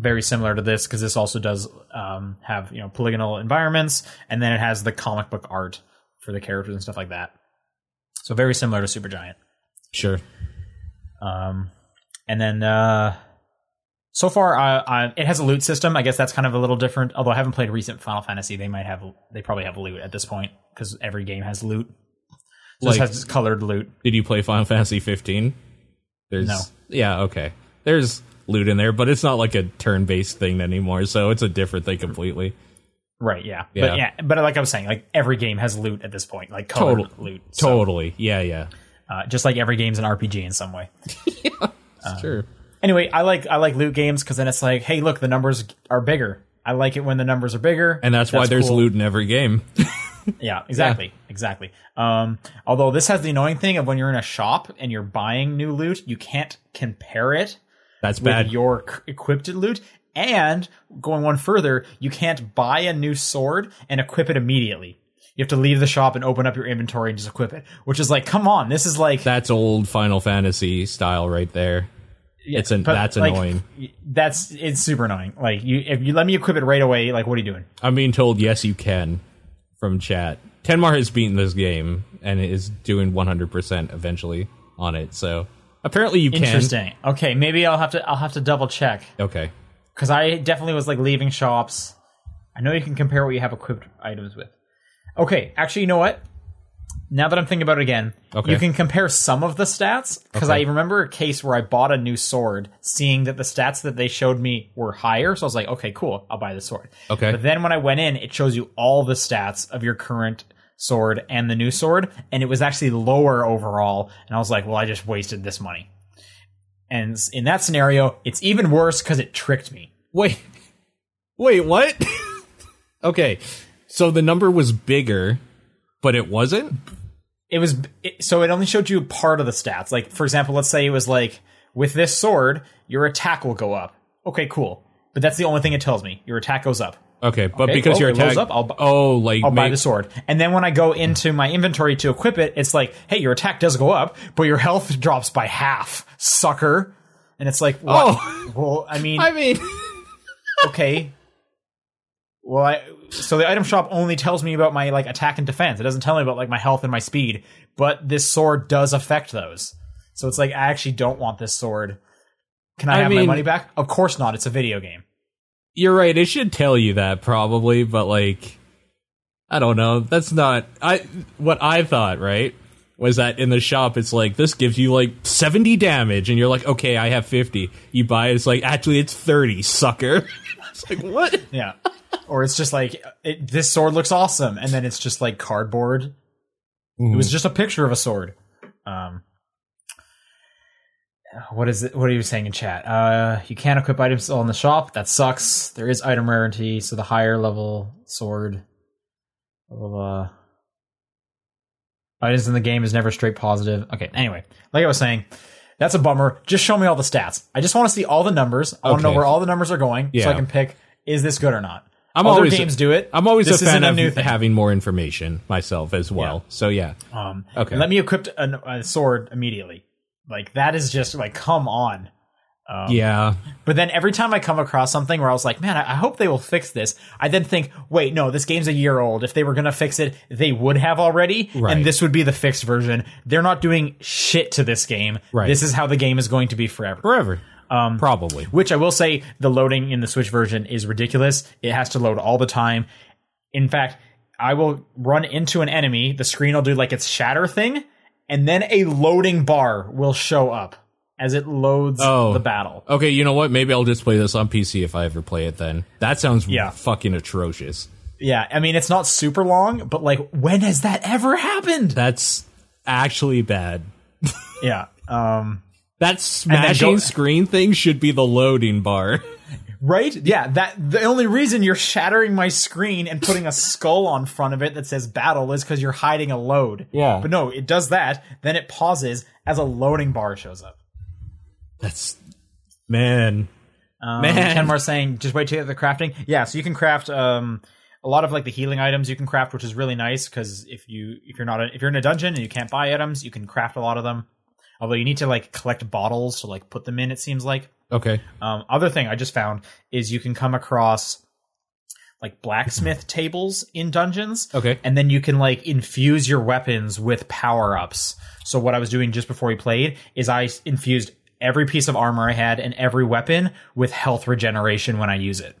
Speaker 2: very similar to this because this also does um, have you know polygonal environments, and then it has the comic book art for the characters and stuff like that. So very similar to Supergiant.
Speaker 1: Sure.
Speaker 2: Um, and then uh, so far, uh, I, it has a loot system. I guess that's kind of a little different. Although I haven't played recent Final Fantasy, they might have they probably have loot at this point because every game has loot. So
Speaker 1: Like-
Speaker 2: this has colored loot.
Speaker 1: Did you play Final Fantasy 15? There's
Speaker 2: No.
Speaker 1: Yeah, okay. There's loot in there, but it's not like a turn-based thing anymore, so it's a different thing completely.
Speaker 2: Right, yeah.
Speaker 1: Yeah.
Speaker 2: But yeah, but like I was saying, like every game has loot at this point, like colored
Speaker 1: Total-
Speaker 2: loot. So,
Speaker 1: Totally. Yeah, yeah.
Speaker 2: uh, just like every game's an RPG in some way.
Speaker 1: sure.
Speaker 2: anyway, I like I like loot games because then it's like, hey, look, the numbers are bigger. I like it when the numbers are bigger,
Speaker 1: And that's, why there's
Speaker 2: cool.
Speaker 1: loot in every game.
Speaker 2: Yeah, exactly, exactly. Um, although this has the annoying thing of when you're in a shop and you're buying new loot, you can't compare it
Speaker 1: That's
Speaker 2: with
Speaker 1: bad.
Speaker 2: your c- equipped loot. And going one further, you can't buy a new sword and equip it immediately. You have to leave the shop and open up your inventory and just equip it, which is like, come on, this is like
Speaker 1: that's old Final Fantasy style right there. it's an,
Speaker 2: but,
Speaker 1: that's
Speaker 2: like,
Speaker 1: annoying.
Speaker 2: That's it's super annoying. Like you, if you let me equip it right away, like what are you doing?
Speaker 1: I'm being told yes you can from chat. Tenmar has beaten this game and is doing 100% eventually on it. So apparently you can.
Speaker 2: Interesting. Okay, maybe I'll have to I'll have to double check
Speaker 1: Okay.
Speaker 2: because I definitely was like leaving shops. I know you can compare what you have equipped items with. Okay, actually, you know what? Now that I'm thinking about it again,
Speaker 1: Okay.
Speaker 2: you can compare some of the stats because
Speaker 1: Okay.
Speaker 2: I remember a case where I bought a new sword, seeing that the stats that they showed me were higher. So I was like, okay, cool, I'll buy the sword.
Speaker 1: Okay.
Speaker 2: But then when I went in, it shows you all the stats of your current sword and the new sword, and it was actually lower overall. And I was like, well, I just wasted this money. And s- in that scenario, it's even worse because it tricked me.
Speaker 1: Wait, wait, what? okay, so the number was bigger, but it wasn't.
Speaker 2: it was it, so it only showed you part of the stats. Like for example, let's say it was like with this sword, your attack will go up. Okay, cool. But that's the only thing it tells me. Your attack goes up.
Speaker 1: Okay, but
Speaker 2: Okay,
Speaker 1: because
Speaker 2: well,
Speaker 1: your
Speaker 2: it goes
Speaker 1: attack,
Speaker 2: up, I'll bu-
Speaker 1: oh, like
Speaker 2: I'll buy
Speaker 1: may-
Speaker 2: the sword. And then when I go into my inventory to equip it, it's like, hey, your attack does go up, but your health drops by half, sucker. And it's like, what?
Speaker 1: Oh.
Speaker 2: Well, I mean,
Speaker 1: I mean,
Speaker 2: okay. Well, I so the item shop only tells me about my like attack and defense. It doesn't tell me about like my health and my speed. But this sword does affect those. So it's like I actually don't want this sword. Can I,
Speaker 1: I
Speaker 2: have my
Speaker 1: mean-
Speaker 2: money back? Of course not. It's a video game.
Speaker 1: You're right. It should tell you that probably, but like, I don't know. That's not I. What I thought right was that in the shop, it's like this gives you like 70 damage, and you're like, okay, I have 50. You buy it, it's like actually it's 30, sucker. it's like what?
Speaker 2: Yeah. or it's just like it, this sword looks awesome, and then it's just like cardboard. It was just a picture of a sword. Um, what is it? What are you saying in chat? Uh, you can't equip items all in the shop. That sucks. There is item rarity, so the higher level sword. Blah, blah, blah. Items in the game is never straight positive. Okay. Anyway, like I was saying, that's a bummer. Just show me all the stats. I just want to see all the numbers. I want to know
Speaker 1: Okay.
Speaker 2: where all the numbers are going, so
Speaker 1: Yeah.
Speaker 2: I can pick is this good or not.
Speaker 1: I'm
Speaker 2: Other
Speaker 1: always-
Speaker 2: games do it.
Speaker 1: I'm always
Speaker 2: this
Speaker 1: a fan
Speaker 2: isn't
Speaker 1: of
Speaker 2: a new thing.
Speaker 1: having more information myself as well. So yeah,
Speaker 2: Um,
Speaker 1: Okay.
Speaker 2: Let me equip an- a, sword immediately. Like that is just like come on. Um,
Speaker 1: yeah.
Speaker 2: But then every time I come across something where I was like, man, I, I hope they will fix this. I then think, wait, no, this game's a year old. If they were gonna fix it, they would have already,
Speaker 1: Right.
Speaker 2: and this would be the fixed version. They're not doing shit to this game.
Speaker 1: Right.
Speaker 2: This is how the game is going to be forever.
Speaker 1: Forever. Um, probably.
Speaker 2: Which I will say, the loading in the Switch version is ridiculous. It has to load all the time. In fact, I will run into an enemy, the screen will do like its shatter thing, and then a loading bar will show up as it loads
Speaker 1: Oh.
Speaker 2: the battle.
Speaker 1: Okay, you know what? Maybe I'll just play this on PC if I ever play it. Then that sounds
Speaker 2: Yeah.
Speaker 1: fucking atrocious.
Speaker 2: Yeah, I mean, it's not super long, but like, when has that ever happened?
Speaker 1: That's actually bad.
Speaker 2: Yeah. Um,
Speaker 1: That
Speaker 2: then
Speaker 1: smashing
Speaker 2: go-
Speaker 1: screen thing should be the loading bar.
Speaker 2: right? Yeah, that the only reason you're shattering my screen and putting a skull on front of it that says battle is because you're hiding a load.
Speaker 1: Yeah.
Speaker 2: But no, it does that, then it pauses as a loading bar shows up.
Speaker 1: That's man.
Speaker 2: Um,
Speaker 1: Man.
Speaker 2: Kenmar's saying, just wait to get the crafting. Yeah, so you can craft um, a lot of like the healing items you can craft, which is really nice because if you if you're not a, if you're in a dungeon and you can't buy items, you can craft a lot of them. Although you need to like collect bottles to like put them in. It seems like.
Speaker 1: Okay.
Speaker 2: Um, other thing I just found is you can come across like blacksmith tables in dungeons.
Speaker 1: Okay.
Speaker 2: And then you can like infuse your weapons with power ups. So what I was doing just before we played is I s- infused every piece of armor I had and every weapon with health regeneration when I use it,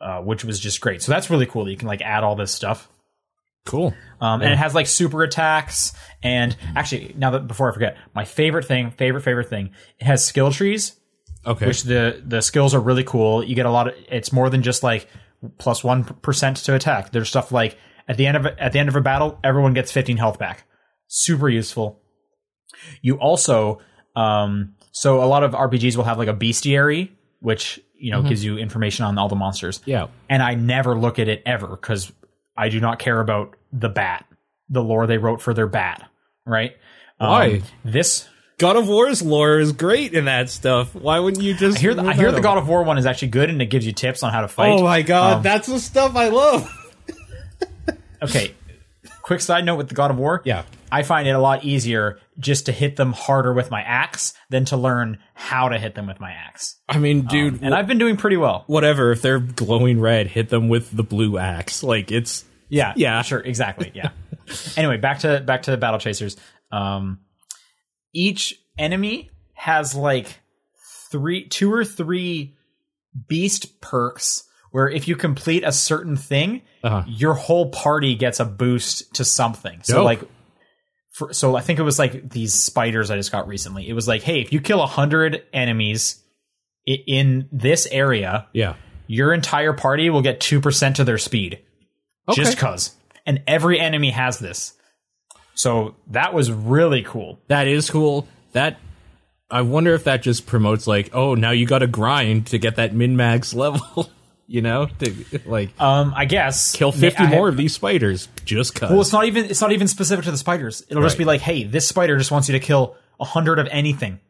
Speaker 2: uh, which was just great. So that's really cool. that You can like add all this stuff.
Speaker 1: Cool.
Speaker 2: Um, and it has like super attacks. And actually, now that before I forget, my favorite thing, favorite, favorite thing, it has skill trees
Speaker 1: Okay.
Speaker 2: which the the skills are really cool. You get a lot of it's more than just like plus one percent to attack. There's stuff like at the end of at the end of a battle, everyone gets 15 health back. Super useful. You also um so a lot of RPGs will have like a bestiary, which you know gives you information on all the monsters.
Speaker 1: yeah.
Speaker 2: And I never look at it ever because I do not care about the bat, the lore they wrote for their bat, right? Um,
Speaker 1: Why?
Speaker 2: this
Speaker 1: God of War's lore is great in that stuff. Why wouldn't you just
Speaker 2: I hear, the, I hear the God of War one is actually good, and it gives you tips on how to fight.
Speaker 1: Oh my god,
Speaker 2: Um,
Speaker 1: that's the stuff I love.
Speaker 2: okay. Quick side note with the God of War.
Speaker 1: Yeah.
Speaker 2: I find it a lot easier just to hit them harder with my axe than to learn how to hit them with my axe.
Speaker 1: I mean, dude,
Speaker 2: And I've been doing pretty well.
Speaker 1: whatever. If they're glowing red, hit them with the blue axe. Like it's
Speaker 2: Yeah.
Speaker 1: Yeah.
Speaker 2: Sure. Exactly. Yeah. anyway, back to back to the battle chasers. Um, each enemy has like three, two or three beast perks where if you complete a certain thing,
Speaker 1: Uh-huh.
Speaker 2: your whole party gets a boost to something. So
Speaker 1: Dope.
Speaker 2: like. For, so I think it was like these spiders I just got recently. It was like, hey, if you kill a hundred enemies i- in this area,
Speaker 1: yeah.
Speaker 2: your entire party will get two percent of their speed
Speaker 1: Okay.
Speaker 2: just cuz. And every enemy has this. So that was really cool.
Speaker 1: That is cool. That I wonder if that just promotes like, oh, now you got to grind to get that min max level. you know, to like
Speaker 2: Um, I guess
Speaker 1: kill fifty
Speaker 2: I-
Speaker 1: more of these spiders just cause.
Speaker 2: Well, it's not even it's not even specific to the spiders. It'll just
Speaker 1: Right.
Speaker 2: be like, hey, this spider just wants you to kill a hundred of anything,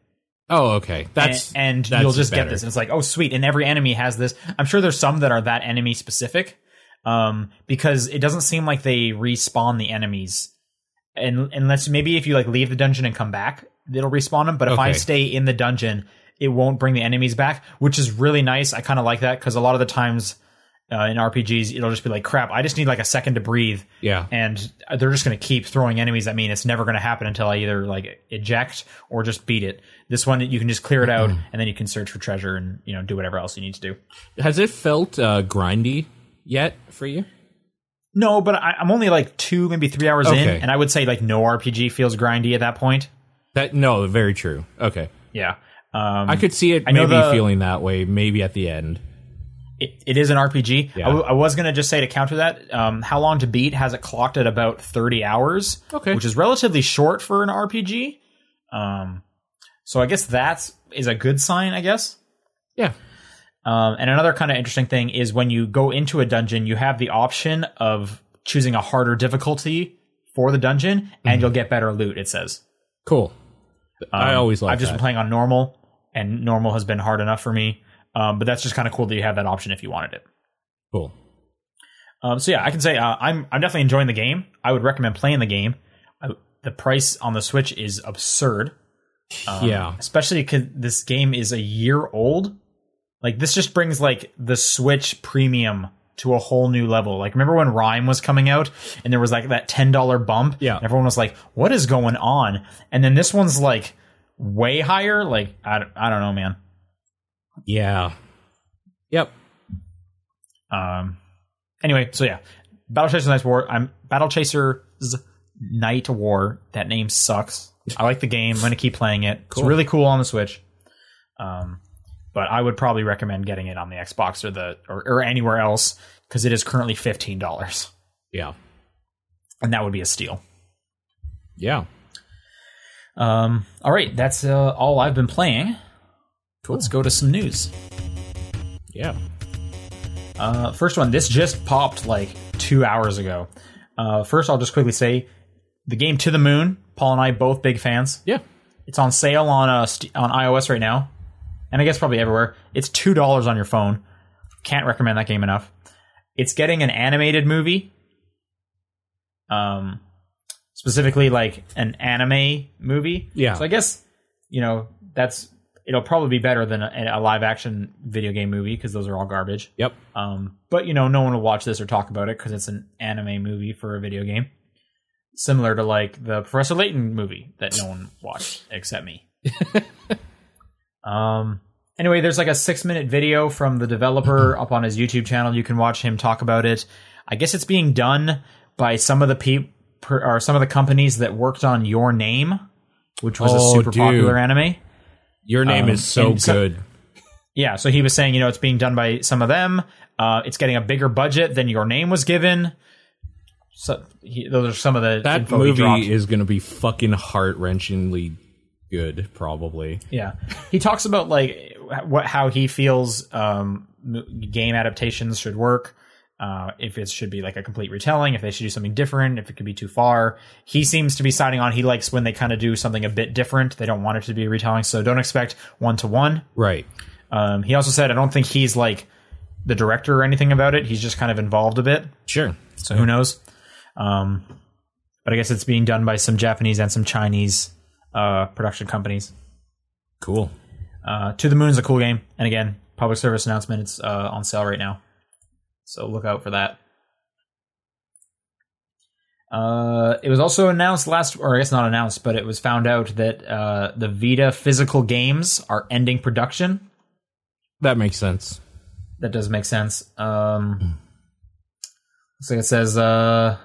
Speaker 1: oh, okay.
Speaker 2: and,
Speaker 1: That's
Speaker 2: and
Speaker 1: that's
Speaker 2: you'll just
Speaker 1: better.
Speaker 2: get this. And it's like, oh, sweet! And every enemy has this. I'm sure there's some that are that enemy specific, um, because it doesn't seem like they respawn the enemies, and unless maybe if you like leave the dungeon and come back, it'll respawn them. But if I
Speaker 1: Okay.
Speaker 2: stay in the dungeon, it won't bring the enemies back, which is really nice. I kind of like that because a lot of the times uh, in RPGs, it'll just be like crap. I just need like a second to breathe,
Speaker 1: Yeah.
Speaker 2: and they're just going to keep throwing enemies at me, and it's never going to happen until I either like eject or just beat it. This one, you can just clear it out, and then you can search for treasure and you know do whatever else you need to do.
Speaker 1: Has it felt uh, grindy yet for you?
Speaker 2: No, but I, I'm only like two, maybe three hours
Speaker 1: Okay.
Speaker 2: in, and I would say like no RPG feels grindy at that point.
Speaker 1: That no, very true. Okay,
Speaker 2: Yeah, um,
Speaker 1: I could see it
Speaker 2: know
Speaker 1: maybe
Speaker 2: the-
Speaker 1: feeling that way. Maybe at the end.
Speaker 2: it, it is an RPG. I
Speaker 1: Yeah.
Speaker 2: w- I was going to just say to counter that, um, how long to beat has it clocked at about 30 hours,
Speaker 1: Okay.
Speaker 2: which is relatively short for an RPG. Um, so I guess that's is a good sign, I guess.
Speaker 1: Yeah.
Speaker 2: Um, and another kind of interesting thing is when you go into a dungeon, you have the option of choosing a harder difficulty for the dungeon,
Speaker 1: Mm-hmm.
Speaker 2: and you'll get better loot. It says.
Speaker 1: Cool. I
Speaker 2: Um,
Speaker 1: always like
Speaker 2: I've just
Speaker 1: that.
Speaker 2: been playing on normal, and normal has been hard enough for me. Um, but that's just kind of cool that you have that option if you wanted it.
Speaker 1: cool.
Speaker 2: Um, so yeah, I can say uh, I'm I'm definitely enjoying the game. I would recommend playing the game. I, the price on the Switch is absurd, Um,
Speaker 1: yeah.
Speaker 2: especially because this game is a year old. Like this just brings like the Switch premium to a whole new level. Like remember when Rhyme was coming out and there was like that ten dollar bump?
Speaker 1: Yeah.
Speaker 2: And everyone was like, "What is going on?" And then this one's like way higher. Like I don't, I don't know, man.
Speaker 1: Yeah. Yep.
Speaker 2: Um, anyway, so yeah, Battle Chaser Night War. I'm Battle Chaser's Night War. That name sucks. I like the game. I'm gonna keep playing it.
Speaker 1: Cool.
Speaker 2: It's really cool on the Switch. Um, but I would probably recommend getting it on the Xbox or the or, or anywhere else because it is currently fifteen dollars,
Speaker 1: Yeah.
Speaker 2: and that would be a steal.
Speaker 1: Yeah.
Speaker 2: Um, all right, that's uh, all I've been playing. Let's go to some news.
Speaker 1: Yeah.
Speaker 2: Uh, first one, this just popped like two hours ago. Uh, first, I'll just quickly say the game To the Moon. Paul and I both big fans.
Speaker 1: Yeah.
Speaker 2: It's on sale on uh, st- on iOS right now, and I guess probably everywhere. It's two dollars on your phone. Can't recommend that game enough. It's getting an animated movie, um, specifically like an anime movie.
Speaker 1: Yeah.
Speaker 2: So I guess you know that's it'll probably be better than a, a live action video game movie because those are all garbage.
Speaker 1: Yep.
Speaker 2: Um, but you know, no one will watch this or talk about it because it's an anime movie for a video game, similar to like the Professor Layton movie that no one watched except me. um. Anyway, there's like a six minute video from the developer up on his YouTube channel. You can watch him talk about it. I guess it's being done by some of the people or some of the companies that worked on Your Name, which was
Speaker 1: Oh,
Speaker 2: a super
Speaker 1: dude.
Speaker 2: popular anime.
Speaker 1: Your name
Speaker 2: Um,
Speaker 1: is so
Speaker 2: and so-
Speaker 1: good.
Speaker 2: Yeah, so he was saying, you know, it's being done by some of them. Uh, it's getting a bigger budget than your name was given. So he, those are some of the
Speaker 1: that
Speaker 2: info he dropped.
Speaker 1: movie is going to be fucking heart wrenchingly good, probably.
Speaker 2: yeah, he talks about like what how he feels um, m- game adaptations should work. Uh, if it should be like a complete retelling, if they should do something different, if it could be too far. He seems to be signing on. He likes when they kind of do something a bit different. They don't want it to be a retelling, so don't expect one to one.
Speaker 1: Right.
Speaker 2: Um, he also said, I don't think he's like the director or anything about it. He's just kind of involved a bit.
Speaker 1: Sure.
Speaker 2: So who knows? Um, but I guess it's being done by some Japanese and some Chinese uh, production companies.
Speaker 1: Cool.
Speaker 2: Uh, to the Moon is a cool game, and again, public service announcement. It's uh, on sale right now, so look out for that. Uh, it was also announced last, or I guess not announced, but it was found out that uh, the Vita physical games are ending production.
Speaker 1: That makes sense.
Speaker 2: that does make sense. Um, looks like it says uh,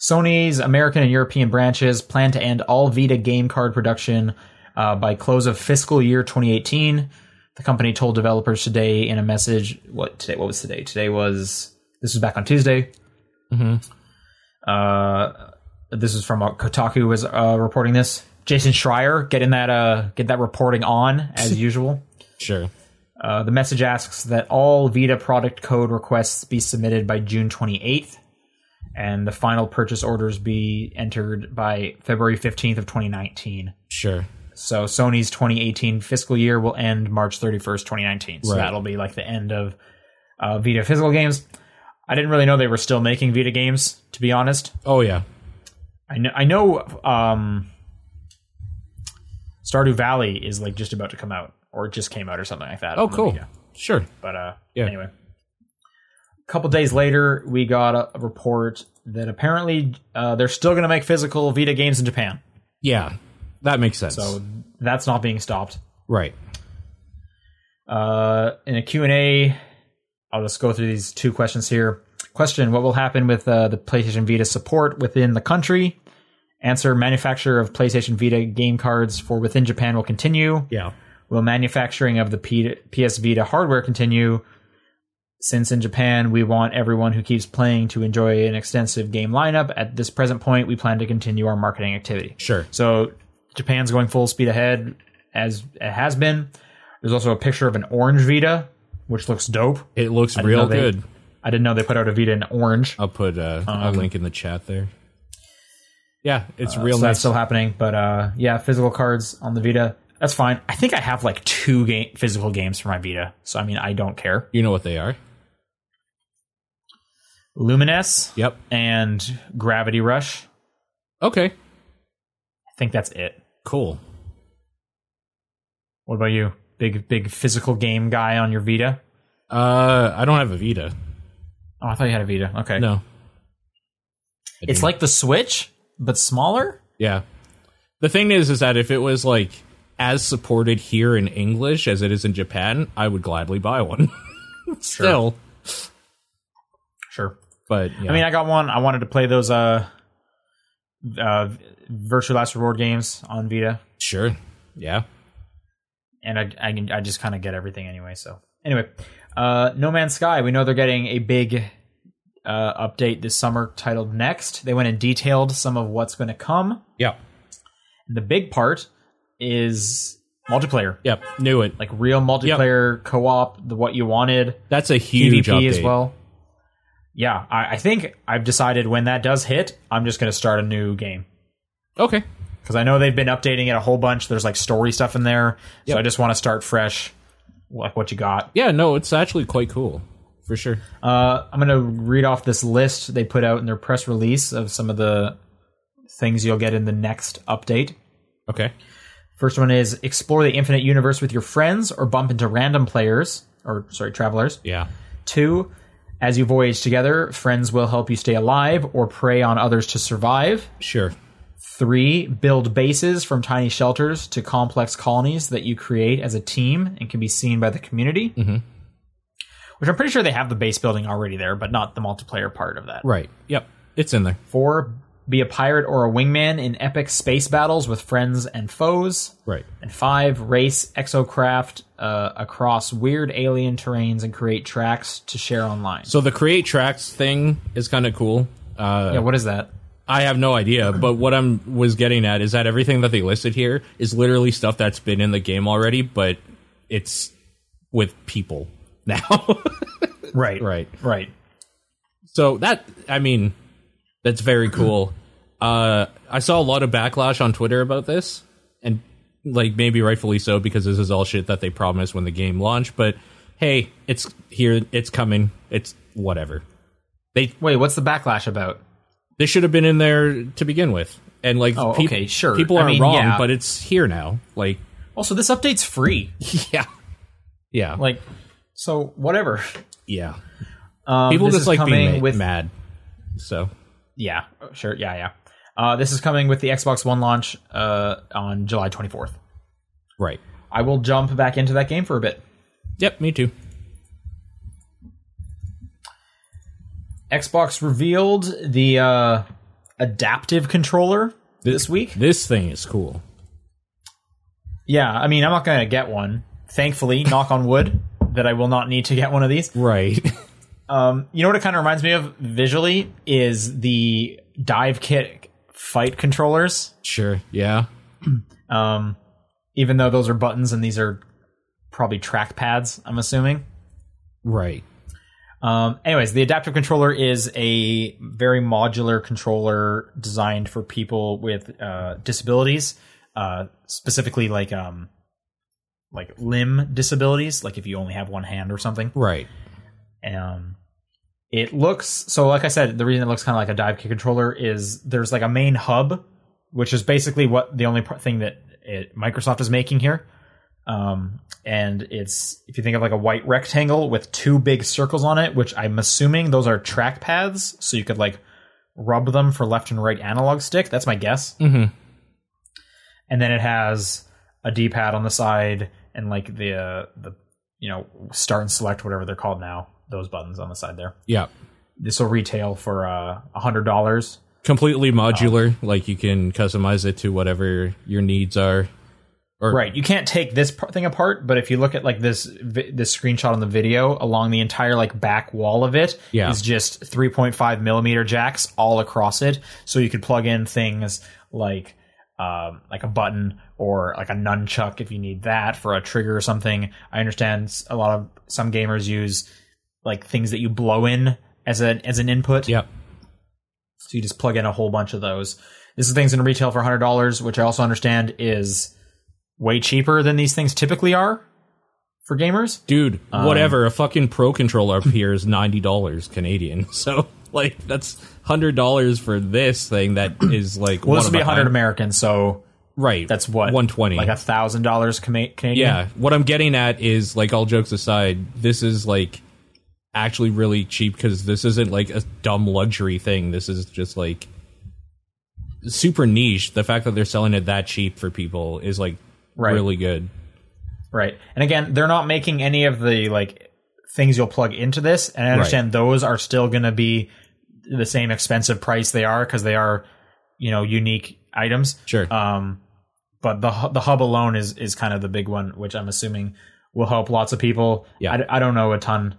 Speaker 2: Sony's American and European branches plan to end all Vita game card production uh, by close of fiscal year 2018. The company told developers today in a message. What today? What was today? Today was this was back on Tuesday. Uh, this is from uh, Kotaku was uh, reporting this. Jason Schreier getting that uh get that reporting on as usual.
Speaker 1: Sure.
Speaker 2: Uh, the message asks that all Vita product code requests be submitted by June 28th, and the final purchase orders be entered by February 15th of 2019.
Speaker 1: Sure.
Speaker 2: So Sony's 2018 fiscal year will end March 31st, 2019. So
Speaker 1: Right.
Speaker 2: that'll be like the end of uh, Vita physical games. I didn't really know they were still making Vita games, to be honest.
Speaker 1: Oh, yeah.
Speaker 2: I know. I know. Um, Stardew Valley is like just about to come out, or it just came out, or something like that.
Speaker 1: Oh,
Speaker 2: on the
Speaker 1: cool.
Speaker 2: Vita.
Speaker 1: Sure.
Speaker 2: But uh,
Speaker 1: Yeah.
Speaker 2: anyway, couple days later, we got a, a report that apparently uh, they're still going to make physical Vita games in Japan.
Speaker 1: Yeah, that makes sense.
Speaker 2: So that's not being stopped.
Speaker 1: right.
Speaker 2: Uh, in a Q&A, I'll just go through these two questions here. Question, what will happen with uh, the PlayStation Vita support within the country? Answer, manufacture of PlayStation Vita game cards for within Japan will continue.
Speaker 1: Yeah.
Speaker 2: Will manufacturing of the P- PS Vita hardware continue? Since in Japan, we want everyone who keeps playing to enjoy an extensive game lineup, at this present point, we plan to continue our marketing activity.
Speaker 1: Sure.
Speaker 2: So Japan's going full speed ahead as it has been. There's also a picture of an orange Vita, which looks dope.
Speaker 1: It looks
Speaker 2: didn't
Speaker 1: real
Speaker 2: know they-
Speaker 1: good.
Speaker 2: I didn't know they put out a Vita in orange.
Speaker 1: I'll put uh,
Speaker 2: Um,
Speaker 1: a link in the chat there. Yeah, it's real
Speaker 2: uh, so that's
Speaker 1: nice.
Speaker 2: still happening. But uh, yeah, physical cards on the Vita. That's fine. I think I have like two game physical games for my Vita. So I mean, I don't care.
Speaker 1: you know what they are.
Speaker 2: Lumines
Speaker 1: Yep.
Speaker 2: and Gravity Rush. I
Speaker 1: Okay.
Speaker 2: think that's it.
Speaker 1: Cool.
Speaker 2: What about you? Big big physical game guy on your Vita?
Speaker 1: Uh, I don't have a Vita.
Speaker 2: Oh, I thought you had a Vita. Okay.
Speaker 1: No. I
Speaker 2: It's
Speaker 1: do.
Speaker 2: like the Switch, but smaller.
Speaker 1: yeah. The thing is, is that if it was like as supported here in English as it is in Japan, I would gladly buy one. Still,
Speaker 2: Sure.
Speaker 1: but yeah.
Speaker 2: I mean, I got one. I wanted to play those uh, uh, virtual last reward games on Vita,
Speaker 1: sure. Yeah.
Speaker 2: and I I, can- I just kind of get everything anyway. So anyway, uh, No Man's Sky. We know they're getting a big uh, update this summer titled Next. They went and detailed some of what's going to come.
Speaker 1: Yeah.
Speaker 2: And the big part is multiplayer,
Speaker 1: Yep. Knew it.
Speaker 2: like real multiplayer co-op, the what you wanted.
Speaker 1: That's a huge
Speaker 2: PvP
Speaker 1: update.
Speaker 2: as well. Yeah, I, I think I've decided when that does hit, I'm just going to start a new game
Speaker 1: Okay.
Speaker 2: because I know they've been updating it a whole bunch. There's like story stuff in there, so
Speaker 1: Yep.
Speaker 2: I just want to start fresh, like what you got.
Speaker 1: Yeah. No, it's actually quite cool for sure.
Speaker 2: Uh, I'm going to read off this list they put out in their press release of some of the things you'll get in the next update.
Speaker 1: Okay.
Speaker 2: First one is explore the infinite universe with your friends or bump into random players or sorry travelers.
Speaker 1: Yeah.
Speaker 2: Two, as you voyage together, friends will help you stay alive or prey on others to survive.
Speaker 1: Sure.
Speaker 2: Three, build bases from tiny shelters to complex colonies that you create as a team and can be seen by the community.
Speaker 1: Mm-hmm.
Speaker 2: Which I'm pretty sure they have the base building already there, but not the multiplayer part of that.
Speaker 1: Right. Yep. It's in there.
Speaker 2: Four, be a pirate or a wingman in epic space battles with friends and foes.
Speaker 1: Right.
Speaker 2: And five, race exocraft uh, across weird alien terrains and create tracks to share online.
Speaker 1: So the create tracks thing is kind of cool. Uh,
Speaker 2: yeah, what is that?
Speaker 1: I have no idea, but what I'm was getting at is that everything that they listed here is literally stuff that's been in the game already, but it's with people now.
Speaker 2: Right,
Speaker 1: Right.
Speaker 2: right.
Speaker 1: so that I mean, that's very cool. Uh, I saw a lot of backlash on Twitter about this, and like maybe rightfully so because this is all shit that they promised when the game launched. But hey, it's here, it's coming, it's whatever.
Speaker 2: Wait, what's the backlash about?
Speaker 1: They should have been in there to begin with, and like
Speaker 2: Oh,
Speaker 1: peop-
Speaker 2: okay, sure.
Speaker 1: people
Speaker 2: I
Speaker 1: are
Speaker 2: mean,
Speaker 1: wrong,
Speaker 2: yeah.
Speaker 1: but it's here now. Like
Speaker 2: Also, this update's free.
Speaker 1: Yeah. Yeah.
Speaker 2: Like, so whatever.
Speaker 1: yeah.
Speaker 2: Um,
Speaker 1: People
Speaker 2: this
Speaker 1: just
Speaker 2: is
Speaker 1: like being
Speaker 2: coming
Speaker 1: ma-
Speaker 2: with
Speaker 1: mad. So,
Speaker 2: yeah, sure, yeah, yeah. Uh, this is coming with the Xbox One launch uh, on July 24th.
Speaker 1: right.
Speaker 2: I will jump back into that game for a bit.
Speaker 1: Yep, me too.
Speaker 2: Xbox revealed the uh, adaptive controller this, week.
Speaker 1: This thing is cool.
Speaker 2: Yeah, I mean, I'm not going to get one. Thankfully, knock on wood, that I will not need to get one of these.
Speaker 1: Right.
Speaker 2: Um, you know what it kind of reminds me of visually is the dive kick fight controllers.
Speaker 1: sure. Yeah.
Speaker 2: Um, even though those are buttons and these are probably track pads, I'm assuming.
Speaker 1: Right.
Speaker 2: Um, anyways, the adaptive controller is a very modular controller designed for people with uh, disabilities, uh, specifically like um, like limb disabilities, like if you only have one hand or something.
Speaker 1: Right.
Speaker 2: Um, it looks so. Like I said, the reason it looks kind of like a dive kick controller is there's like a main hub, which is basically what the only pro- thing that it, Microsoft is making here. Um, and it's if you think of like a white rectangle with two big circles on it, which I'm assuming those are track paths, so you could like rub them for left and right analog stick. That's my guess.
Speaker 1: Mm-hmm.
Speaker 2: And then it has a D-pad on the side and like the uh, the you know start and select whatever they're called now. Those buttons on the side there.
Speaker 1: Yeah.
Speaker 2: This will retail for uh, a hundred dollars.
Speaker 1: Completely modular. like you can customize it to whatever your needs are. Or-
Speaker 2: Right. You can't take this par- thing apart, but if you look at like this vi- this screenshot on the video, along the entire like back wall of it is
Speaker 1: Yeah.
Speaker 2: just 3.5 millimeter jacks all across it, so you could plug in things like um, like a button or like a nunchuck if you need that for a trigger or something. I understand s- a lot of some gamers use like things that you blow in as an as an input.
Speaker 1: Yeah.
Speaker 2: So you just plug in a whole bunch of those. This is things in retail for hundred dollars, which I also understand is way cheaper than these things typically are for gamers.
Speaker 1: Dude,
Speaker 2: Um,
Speaker 1: whatever. A fucking pro controller up here is ninety dollars Canadian. So like that's hundred dollars for this thing that is like
Speaker 2: Well,
Speaker 1: one
Speaker 2: this would be
Speaker 1: of a
Speaker 2: hundred
Speaker 1: kind.
Speaker 2: American, so
Speaker 1: Right.
Speaker 2: that's what
Speaker 1: one twenty.
Speaker 2: like a thousand dollars Canadian.
Speaker 1: yeah. What I'm getting at is like all jokes aside, this is like actually really cheap because this isn't like a dumb luxury thing. This is just like super niche. The fact that they're selling it that cheap for people is like
Speaker 2: Right.
Speaker 1: really good.
Speaker 2: right. And again, they're not making any of the like things you'll plug into this, and I understand those are still going to be the same expensive price they are because they are you know unique items.
Speaker 1: Sure.
Speaker 2: Um, but the hu- the hub alone is is kind of the big one, which I'm assuming will help lots of people.
Speaker 1: Yeah.
Speaker 2: I, d- I don't know a ton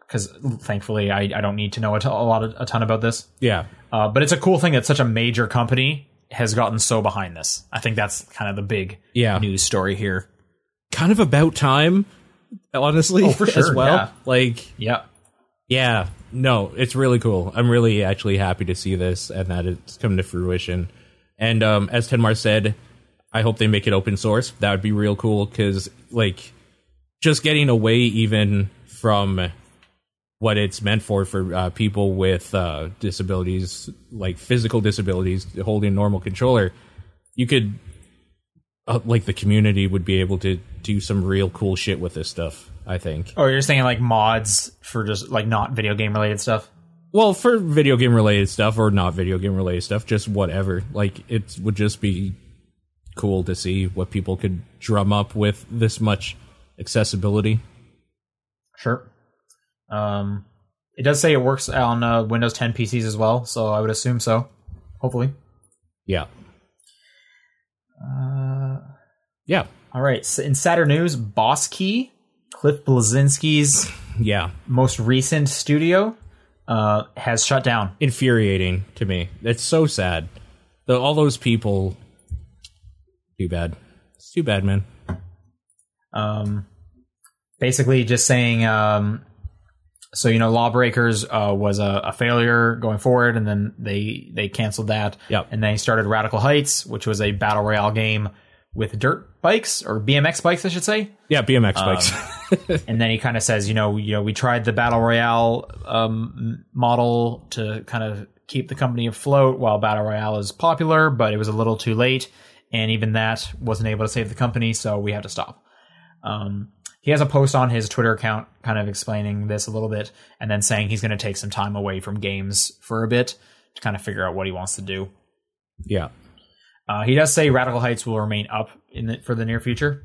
Speaker 2: because thankfully I, I don't need to know a, t- a lot of, a ton about this.
Speaker 1: yeah.
Speaker 2: Uh, but it's a cool thing that such a major company has gotten so behind this. I think that's kind of the big
Speaker 1: Yeah.
Speaker 2: news story here.
Speaker 1: Kind of about time, honestly.
Speaker 2: Oh, for
Speaker 1: as
Speaker 2: sure,
Speaker 1: well.
Speaker 2: yeah.
Speaker 1: Like
Speaker 2: Yeah.
Speaker 1: Yeah, no, it's really cool. I'm really actually happy to see this and that it's come to fruition. And um, as Tenmar said, I hope they make it open source. That would be real cool because, like, just getting away even from what it's meant for for uh, people with uh, disabilities, like physical disabilities, holding a normal controller, you could, uh, like, the community would be able to do some real cool shit with this stuff. I think.
Speaker 2: Or Oh, you're just thinking like mods for just like not video game related stuff.
Speaker 1: Well, for video game related stuff or not video game related stuff, just whatever. Like it would just be cool to see what people could drum up with this much accessibility.
Speaker 2: Sure. Um, it does say it works on uh, Windows 10 PCs as well, so I would assume so. Hopefully.
Speaker 1: Yeah.
Speaker 2: Uh,
Speaker 1: Yeah.
Speaker 2: All right. So in Saturn news, Boss Key, Cliff Blazinski's
Speaker 1: Yeah.
Speaker 2: most recent studio, uh, has shut down.
Speaker 1: Infuriating to me. It's so sad. The, all those people too bad. It's too bad, man.
Speaker 2: Um, basically, just saying. Um, so you know, Lawbreakers uh, was a, a failure going forward, and then they they canceled that.
Speaker 1: Yep.
Speaker 2: And they started Radical Heights, which was a battle royale game with dirt bikes or BMX bikes, I should say.
Speaker 1: Yeah, BMX bikes.
Speaker 2: and then he kind of says, you know, you know, we tried the battle royale um, model to kind of keep the company afloat while battle royale is popular, but it was a little too late, and even that wasn't able to save the company, so we had to stop. Um, he has a post on his Twitter account, kind of explaining this a little bit, and then saying he's going to take some time away from games for a bit to kind of figure out what he wants to do.
Speaker 1: yeah.
Speaker 2: Uh, he does say Radical Heights will remain up in the, for the near future.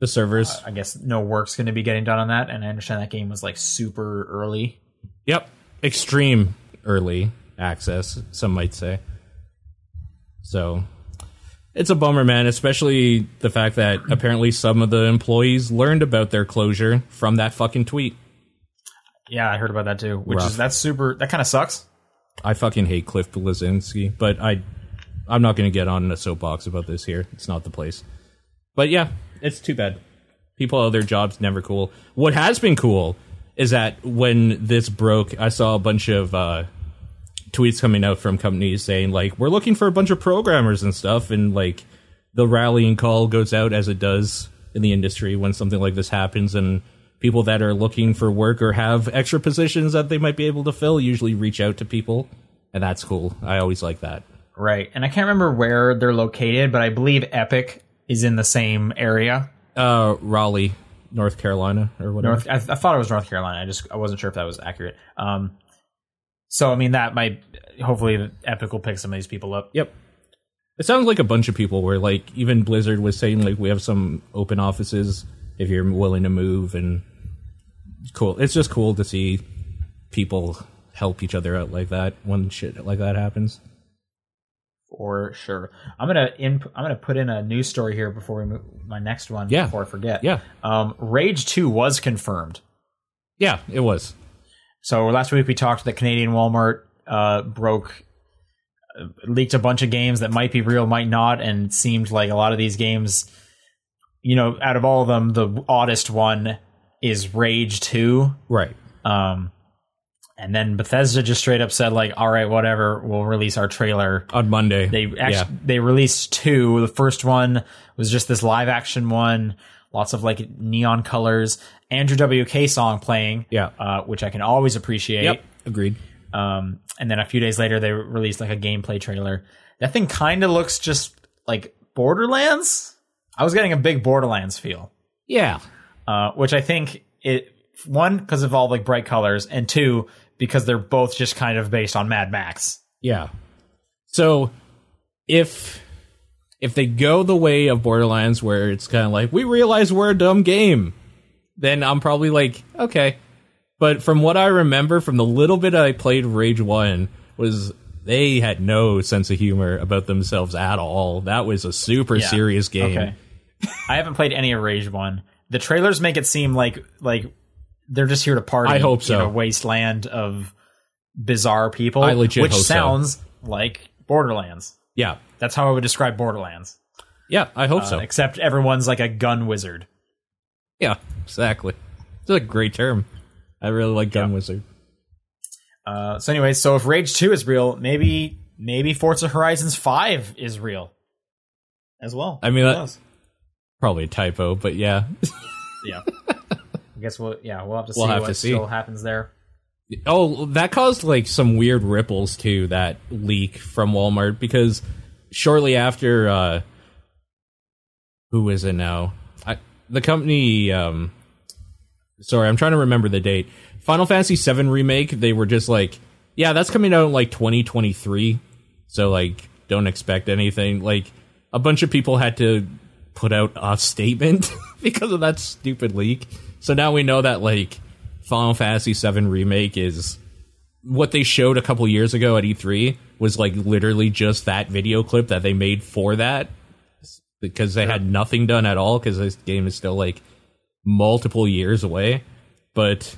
Speaker 1: The servers.
Speaker 2: I guess no work's going to be getting done on that, and I understand that game was like super early.
Speaker 1: Yep. Extreme early access, some might say. So it's a bummer, man, especially the fact that apparently some of the employees learned about their closure from that fucking tweet.
Speaker 2: Yeah, I heard about that too. Which
Speaker 1: Rough.
Speaker 2: is that's super. That kind of sucks.
Speaker 1: I fucking hate Cliff Blazinski, but I I'm not gonna get on a soapbox about this here. It's not the place. But yeah, it's too bad. People out their jobs never cool. What has been cool is that when this broke, I saw a bunch of uh tweets coming out from companies saying like we're looking for a bunch of programmers and stuff and like the rallying call goes out as it does in the industry when something like this happens and people that are looking for work or have extra positions that they might be able to fill usually reach out to people and that's cool i always like that
Speaker 2: Right, and I can't remember where they're located, but I believe Epic is in the same area.
Speaker 1: uh, Raleigh, North Carolina, or whatever.
Speaker 2: North. I, I thought it was North Carolina. I just I wasn't sure if that was accurate. Um, so I mean that might hopefully Epic will pick some of these people up.
Speaker 1: Yep. It sounds like a bunch of people where like even Blizzard was saying like we have some open offices if you're willing to move and it's cool. It's just cool to see people help each other out like that when shit like that happens.
Speaker 2: for sure. I'm gonna in, I'm gonna put in a news story here before we move my next one.
Speaker 1: Yeah.
Speaker 2: Before I forget.
Speaker 1: Yeah.
Speaker 2: Um, Rage Two was confirmed.
Speaker 1: Yeah, it was.
Speaker 2: So last week we talked that Canadian Walmart uh, broke uh, leaked a bunch of games that might be real, might not, and it seemed like a lot of these games. You know, out of all of them, the oddest one is Rage Two.
Speaker 1: Right.
Speaker 2: Um, and then Bethesda just straight up said like, "All right, whatever, we'll release our trailer."
Speaker 1: On Monday.
Speaker 2: They actually
Speaker 1: yeah.
Speaker 2: they released two. The first one was just this live action one, lots of like neon colors. Andrew WK song playing,
Speaker 1: Yeah.
Speaker 2: uh, which I can always appreciate.
Speaker 1: Yep. Agreed.
Speaker 2: Um, and then a few days later, they released like a gameplay trailer. That thing kind of looks just like Borderlands. I was getting a big Borderlands feel
Speaker 1: Yeah.
Speaker 2: uh, which I think it one because of all like bright colors, and two because they're both just kind of based on Mad Max.
Speaker 1: Yeah. So if if they go the way of Borderlands where it's kind of like we realize we're a dumb game, then I'm probably like, okay. But from what I remember from the little bit I played Rage 1 was they had no sense of humor about themselves at all. That was a super
Speaker 2: Yeah.
Speaker 1: serious game.
Speaker 2: Okay, I haven't played any of Rage One. The trailers make it seem like like they're just here to party.
Speaker 1: I hope so.
Speaker 2: In a wasteland of bizarre people.
Speaker 1: I legit
Speaker 2: which
Speaker 1: hope so.
Speaker 2: sounds like Borderlands.
Speaker 1: Yeah.
Speaker 2: That's how I would describe Borderlands.
Speaker 1: Yeah, I hope
Speaker 2: Uh,
Speaker 1: so.
Speaker 2: Except everyone's like a gun wizard.
Speaker 1: Yeah, exactly. It's a great term. I really like Gun Wizard.
Speaker 2: Uh, so anyway, so if Rage Two is real, maybe maybe Forza Horizons Five is real as well.
Speaker 1: I mean,
Speaker 2: Who
Speaker 1: that-
Speaker 2: knows?
Speaker 1: Probably a typo, but yeah.
Speaker 2: yeah. I guess we'll yeah we'll have to
Speaker 1: We'll
Speaker 2: see
Speaker 1: have
Speaker 2: what
Speaker 1: to see.
Speaker 2: still happens there.
Speaker 1: Oh, that caused like some weird ripples too. That leak from Walmart because shortly after, uh, who is it now? I, the company. Um, sorry, I'm trying to remember the date. Final Fantasy VII remake. They were just like, yeah, that's coming out in like 2023. So like, don't expect anything. Like, a bunch of people had to put out a statement because of that stupid leak. So now we know that like Final Fantasy VII remake is what they showed a couple years ago at E3 was like literally just that video clip that they made for that because they had nothing done at all because this game is still like multiple years away. But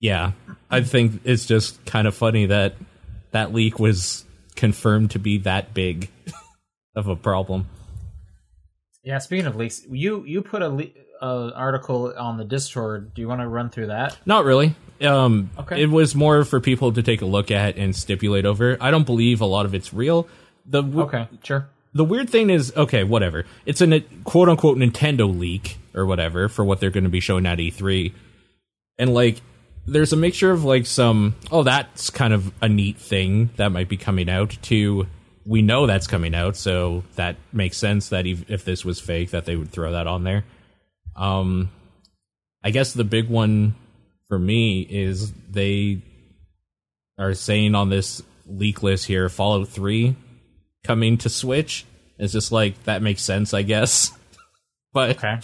Speaker 1: yeah, I think it's just kind of funny that that leak was confirmed to be that big of a problem.
Speaker 2: Yeah. Speaking of leaks, you you put a le- uh, article on the Discord. Do you want to run through that?
Speaker 1: Not really. Um,
Speaker 2: Okay.
Speaker 1: It was more for people to take a look at and stipulate over. I don't believe a lot of it's real. The w-
Speaker 2: Okay. Sure.
Speaker 1: the weird thing is, okay, whatever. It's a quote unquote Nintendo leak or whatever for what they're going to be showing at E E3, and like there's a mixture of like some oh that's kind of a neat thing that might be coming out to we know that's coming out so that makes sense that if, if this was fake that they would throw that on there um i guess the big one for me is they are saying on this leak list here fallout 3 coming to switch it's just like that makes sense i guess but
Speaker 2: Okay.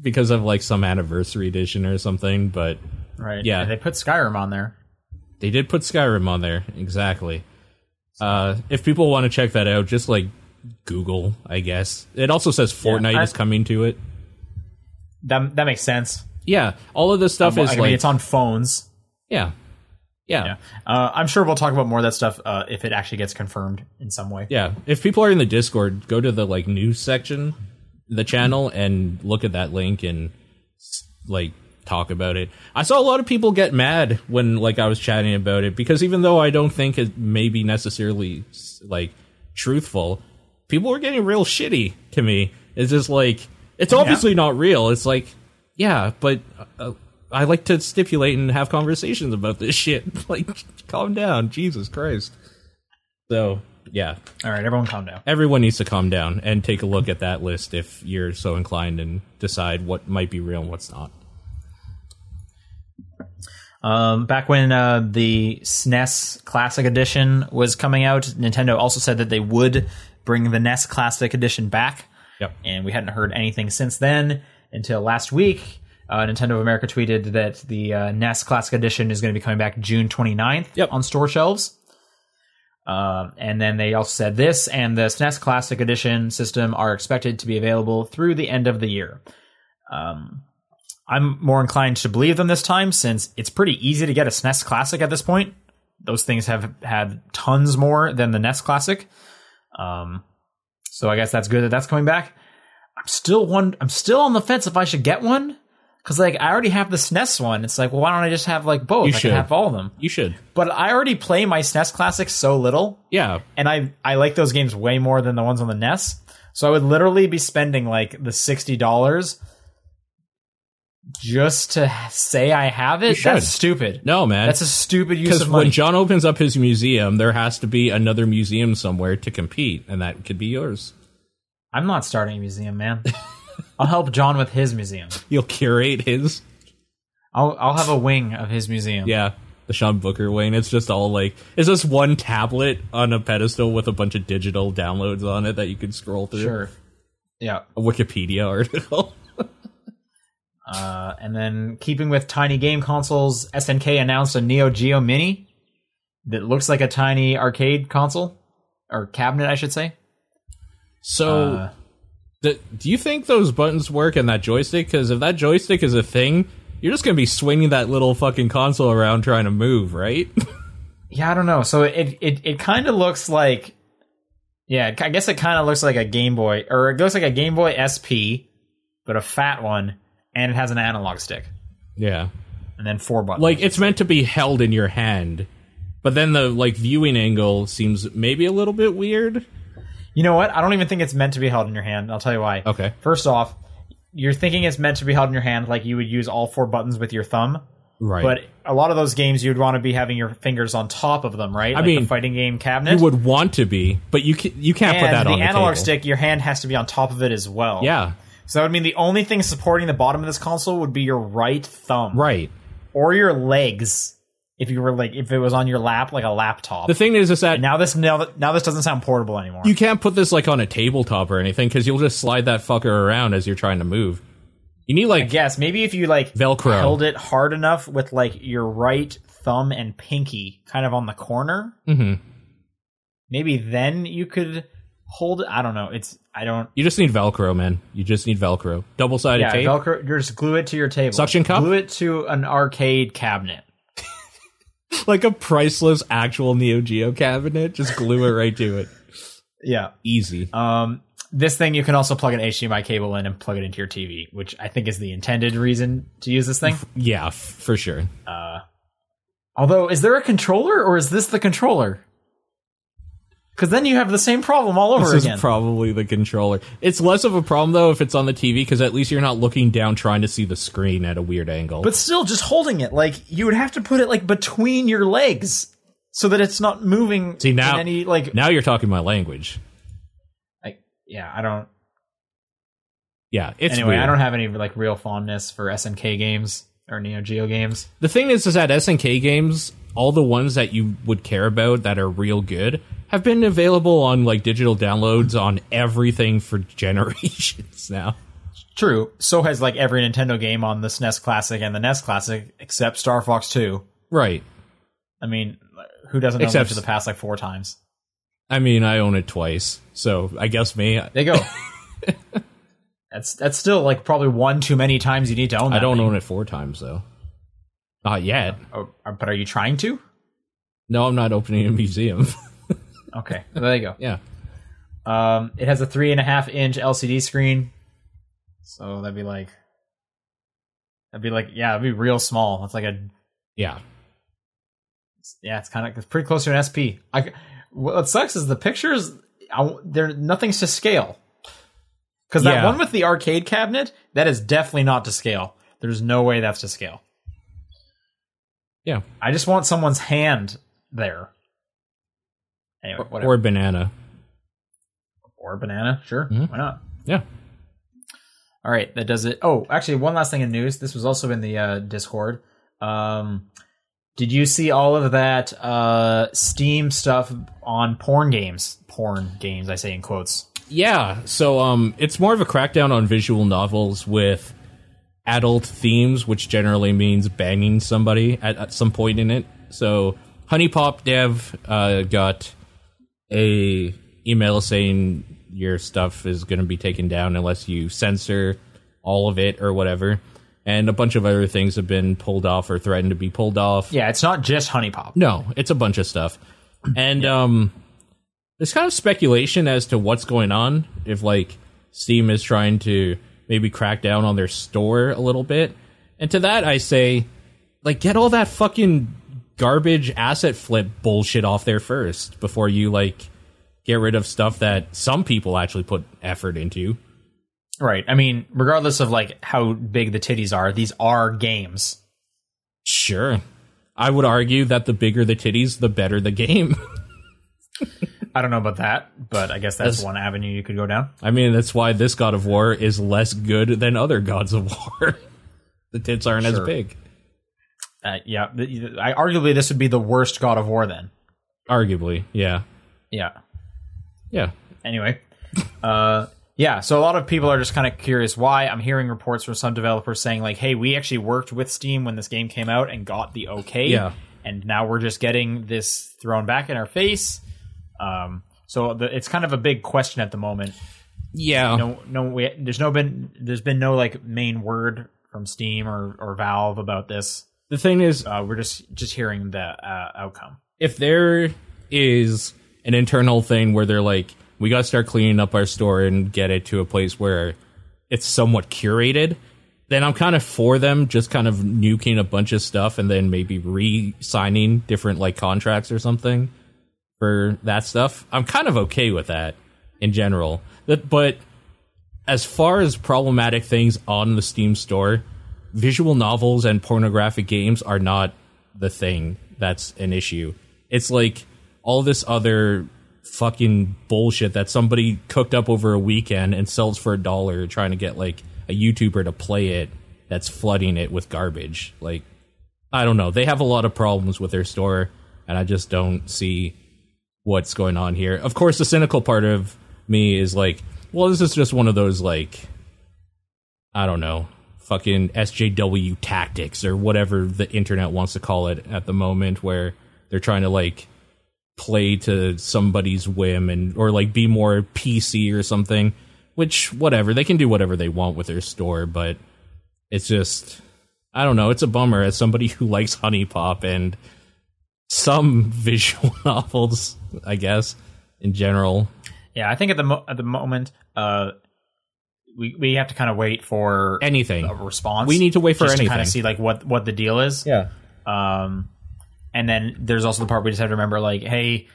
Speaker 1: because of like some anniversary edition or something but
Speaker 2: Right.
Speaker 1: Yeah.
Speaker 2: And they put Skyrim on there.
Speaker 1: they did put Skyrim on there, exactly. Uh, if people want to check that out, just like Google, I guess. It also says Fortnite
Speaker 2: I-
Speaker 1: is coming to it.
Speaker 2: That that makes sense.
Speaker 1: Yeah, all of this stuff
Speaker 2: Well,
Speaker 1: is
Speaker 2: I mean,
Speaker 1: like,
Speaker 2: it's on phones.
Speaker 1: yeah, yeah,
Speaker 2: Yeah.
Speaker 1: yeah,
Speaker 2: Uh, I'm sure we'll talk about more of that stuff uh, if it actually gets confirmed in some way.
Speaker 1: If people are in the Discord, go to the like news section, the channel, and look at that link and s- like talk about it. I saw a lot of people get mad when like I was chatting about it because even though I don't think it may be necessarily s- like truthful, people were getting real shitty to me. It's just like it's obviously not real. It's like yeah, but uh, I like to stipulate and have conversations about this shit. like calm down, Jesus Christ. So yeah,
Speaker 2: All right, everyone, calm down.
Speaker 1: everyone needs to calm down and take a look at that list if you're so inclined and decide what might be real and what's not.
Speaker 2: Um, back when uh, the SNES Classic Edition was coming out, Nintendo also said that they would bring the NES Classic Edition back.
Speaker 1: Yep.
Speaker 2: And we hadn't heard anything since then until last week. Uh, Nintendo of America tweeted that the uh, NES Classic Edition is going to be coming back June 29th
Speaker 1: Yep.
Speaker 2: on store shelves. Um, and then they also said this and the SNES Classic Edition system are expected to be available through the end of the year. Um, I'm more inclined to believe them this time since it's pretty easy to get a SNES Classic at this point. Those things have had tons more than the NES Classic. Um, so I guess that's good that that's coming back. I'm still one. I'm still on the fence if I should get one because like I already have the SNES one. It's like, well, why don't I just have like both?
Speaker 1: You
Speaker 2: I
Speaker 1: should.
Speaker 2: can have all of them.
Speaker 1: You should.
Speaker 2: But I already play my SNES Classic so little
Speaker 1: Yeah.
Speaker 2: and I I like those games way more than the ones on the NES. So I would literally be spending like the sixty dollars just to say I have it.
Speaker 1: should.
Speaker 2: That's stupid.
Speaker 1: No, man.
Speaker 2: that's a stupid use
Speaker 1: because
Speaker 2: of money.
Speaker 1: when John opens up his museum, there has to be another museum somewhere to compete, and that could be yours.
Speaker 2: I'm not starting a museum, man. I'll help John with his museum.
Speaker 1: You'll curate his,
Speaker 2: I'll I'll have a wing of his museum.
Speaker 1: yeah, the Sean Booker Wayne. It's just all like, it's just one tablet on a pedestal with a bunch of digital downloads on it that you could scroll through.
Speaker 2: sure. Yeah.
Speaker 1: A Wikipedia article.
Speaker 2: Uh, and then keeping with tiny game consoles, SNK announced a Neo Geo Mini that looks like a tiny arcade console or cabinet, I should say.
Speaker 1: So, th- do you think those buttons work and that joystick? Because if that joystick is a thing, you're just gonna be swinging that little fucking console around trying to move, right?
Speaker 2: Yeah, I don't know. So it it it kind of looks like yeah, I guess it kind of looks like a Game Boy or it looks like a Game Boy SP, but a fat one and it has an analog stick
Speaker 1: yeah,
Speaker 2: and then four buttons.
Speaker 1: like it's meant to be held in your hand, but then the like viewing angle seems maybe a little bit weird.
Speaker 2: you know what? I don't even think it's meant to be held in your hand. I'll tell you why.
Speaker 1: Okay.
Speaker 2: First off, you're thinking it's meant to be held in your hand like you would use all four buttons with your thumb.
Speaker 1: Right,
Speaker 2: But a lot of those games you'd want to be having your fingers on top of them, right? I like
Speaker 1: mean,
Speaker 2: the fighting game cabinet.
Speaker 1: you would want to be, but you ca- you can't
Speaker 2: and
Speaker 1: put that
Speaker 2: the
Speaker 1: on the
Speaker 2: analog
Speaker 1: table.
Speaker 2: stick, your hand has to be on top of it as well.
Speaker 1: Yeah,
Speaker 2: So that would mean the only thing supporting the bottom of this console would be your right thumb,
Speaker 1: right.
Speaker 2: or your legs, if you were like if it was on your lap like a laptop.
Speaker 1: The thing is, is that
Speaker 2: now this now, now this doesn't sound portable anymore.
Speaker 1: you can't put this like on a tabletop or anything because you'll just slide that fucker around as you're trying to move. You need like
Speaker 2: yes, maybe if you like
Speaker 1: Velcro.
Speaker 2: held it hard enough with like your right thumb and pinky kind of on the corner.
Speaker 1: Mhm.
Speaker 2: Maybe then you could hold it. I don't know. It's I don't.
Speaker 1: You just need Velcro, man. You just need Velcro. Double sided
Speaker 2: Yeah,
Speaker 1: tape.
Speaker 2: Velcro. You're just glue it to your table.
Speaker 1: Suction cup?
Speaker 2: Glue it to an arcade cabinet.
Speaker 1: like a priceless actual Neo Geo cabinet. Just glue it right to it.
Speaker 2: Yeah.
Speaker 1: Easy.
Speaker 2: Um, this thing you can also plug an HDMI cable in and plug it into your TV, which I think is the intended reason to use this thing.
Speaker 1: yeah, f- for sure.
Speaker 2: Although, is there a controller or is this the controller? Because then you have the same problem all over
Speaker 1: This
Speaker 2: again.
Speaker 1: is probably the controller. It's less of a problem though if it's on the TV because at least you're not looking down trying to see the screen at a weird angle.
Speaker 2: but still, just holding it like you would have to put it like between your legs so that it's not moving.
Speaker 1: see now,
Speaker 2: in any like
Speaker 1: now you're talking my language.
Speaker 2: I- yeah, I don't.
Speaker 1: Yeah, it's
Speaker 2: Anyway,
Speaker 1: weird.
Speaker 2: I don't have any like real fondness for SNK games or Neo Geo games.
Speaker 1: the thing is, is that SNK games, all the ones that you would care about that are real good, have been available on like digital downloads on everything for generations now.
Speaker 2: True. So has like every Nintendo game on the SNES Classic and the NES Classic, except Star Fox Two.
Speaker 1: Right.
Speaker 2: I mean, who doesn't own
Speaker 1: Except-
Speaker 2: it for the past like four times?
Speaker 1: I mean, I own it twice, so I guess me. I
Speaker 2: They go. that's that's still like probably one too many times you need to own. That
Speaker 1: I don't
Speaker 2: thing.
Speaker 1: own it four times though. Not yet.
Speaker 2: Oh, uh, but are you trying to?
Speaker 1: No, I'm not opening a museum.
Speaker 2: Okay, there you
Speaker 1: yeah,
Speaker 2: go. Um, it has a three and a half inch LCD screen, so that'd be like, that'd be like, yeah, it'd be real small. It's like a
Speaker 1: yeah.
Speaker 2: yeah, it's kind of it's pretty close to an SP. I what sucks is the pictures. I, they're nothing's to scale. Because that
Speaker 1: Yeah.
Speaker 2: one with the arcade cabinet, that is definitely not to scale. There's no way that's to scale.
Speaker 1: Yeah.
Speaker 2: I just want someone's hand there. Anyway,
Speaker 1: Or,
Speaker 2: whatever.
Speaker 1: or banana.
Speaker 2: Or, banana, sure.
Speaker 1: Mhm.
Speaker 2: Why not?
Speaker 1: Yeah.
Speaker 2: All right, that does it. Oh, actually, one last thing in news. This was also in the uh, Discord. Um, did you see all of that uh, Steam stuff on porn games? Porn games, I say in quotes.
Speaker 1: Yeah, so um, it's more of a crackdown on visual novels with adult themes, which generally means banging somebody at, at some point in it. So, Honey Pop Dev uh, got a email saying your stuff is going to be taken down unless you censor all of it or whatever. And a bunch of other things have been pulled off or threatened to be pulled off.
Speaker 2: Yeah, it's not just Honey Pop.
Speaker 1: No, it's a bunch of stuff. And um there's kind of speculation as to what's going on if like Steam is trying to maybe crack down on their store a little bit. And to that I say like get all that fucking garbage asset flip bullshit off there first before you like get rid of stuff that some people actually put effort into.
Speaker 2: Right. I mean, regardless of like how big the titties are, these are games.
Speaker 1: Sure. I would argue that the bigger the titties, the better the game.
Speaker 2: I don't know about that, but I guess that's
Speaker 1: That's-
Speaker 2: one avenue you could go down.
Speaker 1: I mean, that's why this God of War is less good than other Gods of War. the tits aren't as
Speaker 2: Sure.
Speaker 1: big,
Speaker 2: Uh, yeah, th- I arguably this would be the worst God of War then.
Speaker 1: arguably. Yeah,
Speaker 2: Yeah.
Speaker 1: yeah.
Speaker 2: anyway uh yeah so a lot of people are just kind of curious why i'm hearing reports from some developers saying like hey we actually worked with steam when this game came out and got the okay
Speaker 1: Yeah.
Speaker 2: and now we're just getting this thrown back in our face um so the, it's kind of a big question at the moment
Speaker 1: Yeah,
Speaker 2: no no we, there's no been there's been no like main word from steam or or valve about this
Speaker 1: the thing is,
Speaker 2: uh we're just just hearing the uh, outcome
Speaker 1: if there is an internal thing where they're like, we got to start cleaning up our store and get it to a place where it's somewhat curated, then I'm kind of for them just kind of nuking a bunch of stuff and then maybe re signing different like contracts or something for that stuff. I'm kind of okay with that in general. That, but as far as problematic things on the Steam store, visual novels and pornographic games are not the thing that's an issue. It's like all this other fucking bullshit that somebody cooked up over a weekend and sells for a dollar trying to get like a YouTuber to play it that's flooding it with garbage. Like I don't know. They have a lot of problems with their store and I just don't see what's going on here. Of course, the cynical part of me is like, well, this is just one of those like I don't know, fucking SJW tactics or whatever the internet wants to call it at the moment, where they're trying to like play to somebody's whim and or like be more PC or something. Which whatever they can do whatever they want with their store, but it's just I don't know. It's a bummer as somebody who likes Honey Pop and some visual novels, I guess in general.
Speaker 2: yeah i think at the mo- at the moment uh we, we have to kind of wait for
Speaker 1: Anything
Speaker 2: a response.
Speaker 1: we need to wait for
Speaker 2: just to kind
Speaker 1: anything.
Speaker 2: of see like what what the deal is.
Speaker 1: yeah.
Speaker 2: Um, and then there's also the part we just have to remember, like, hey,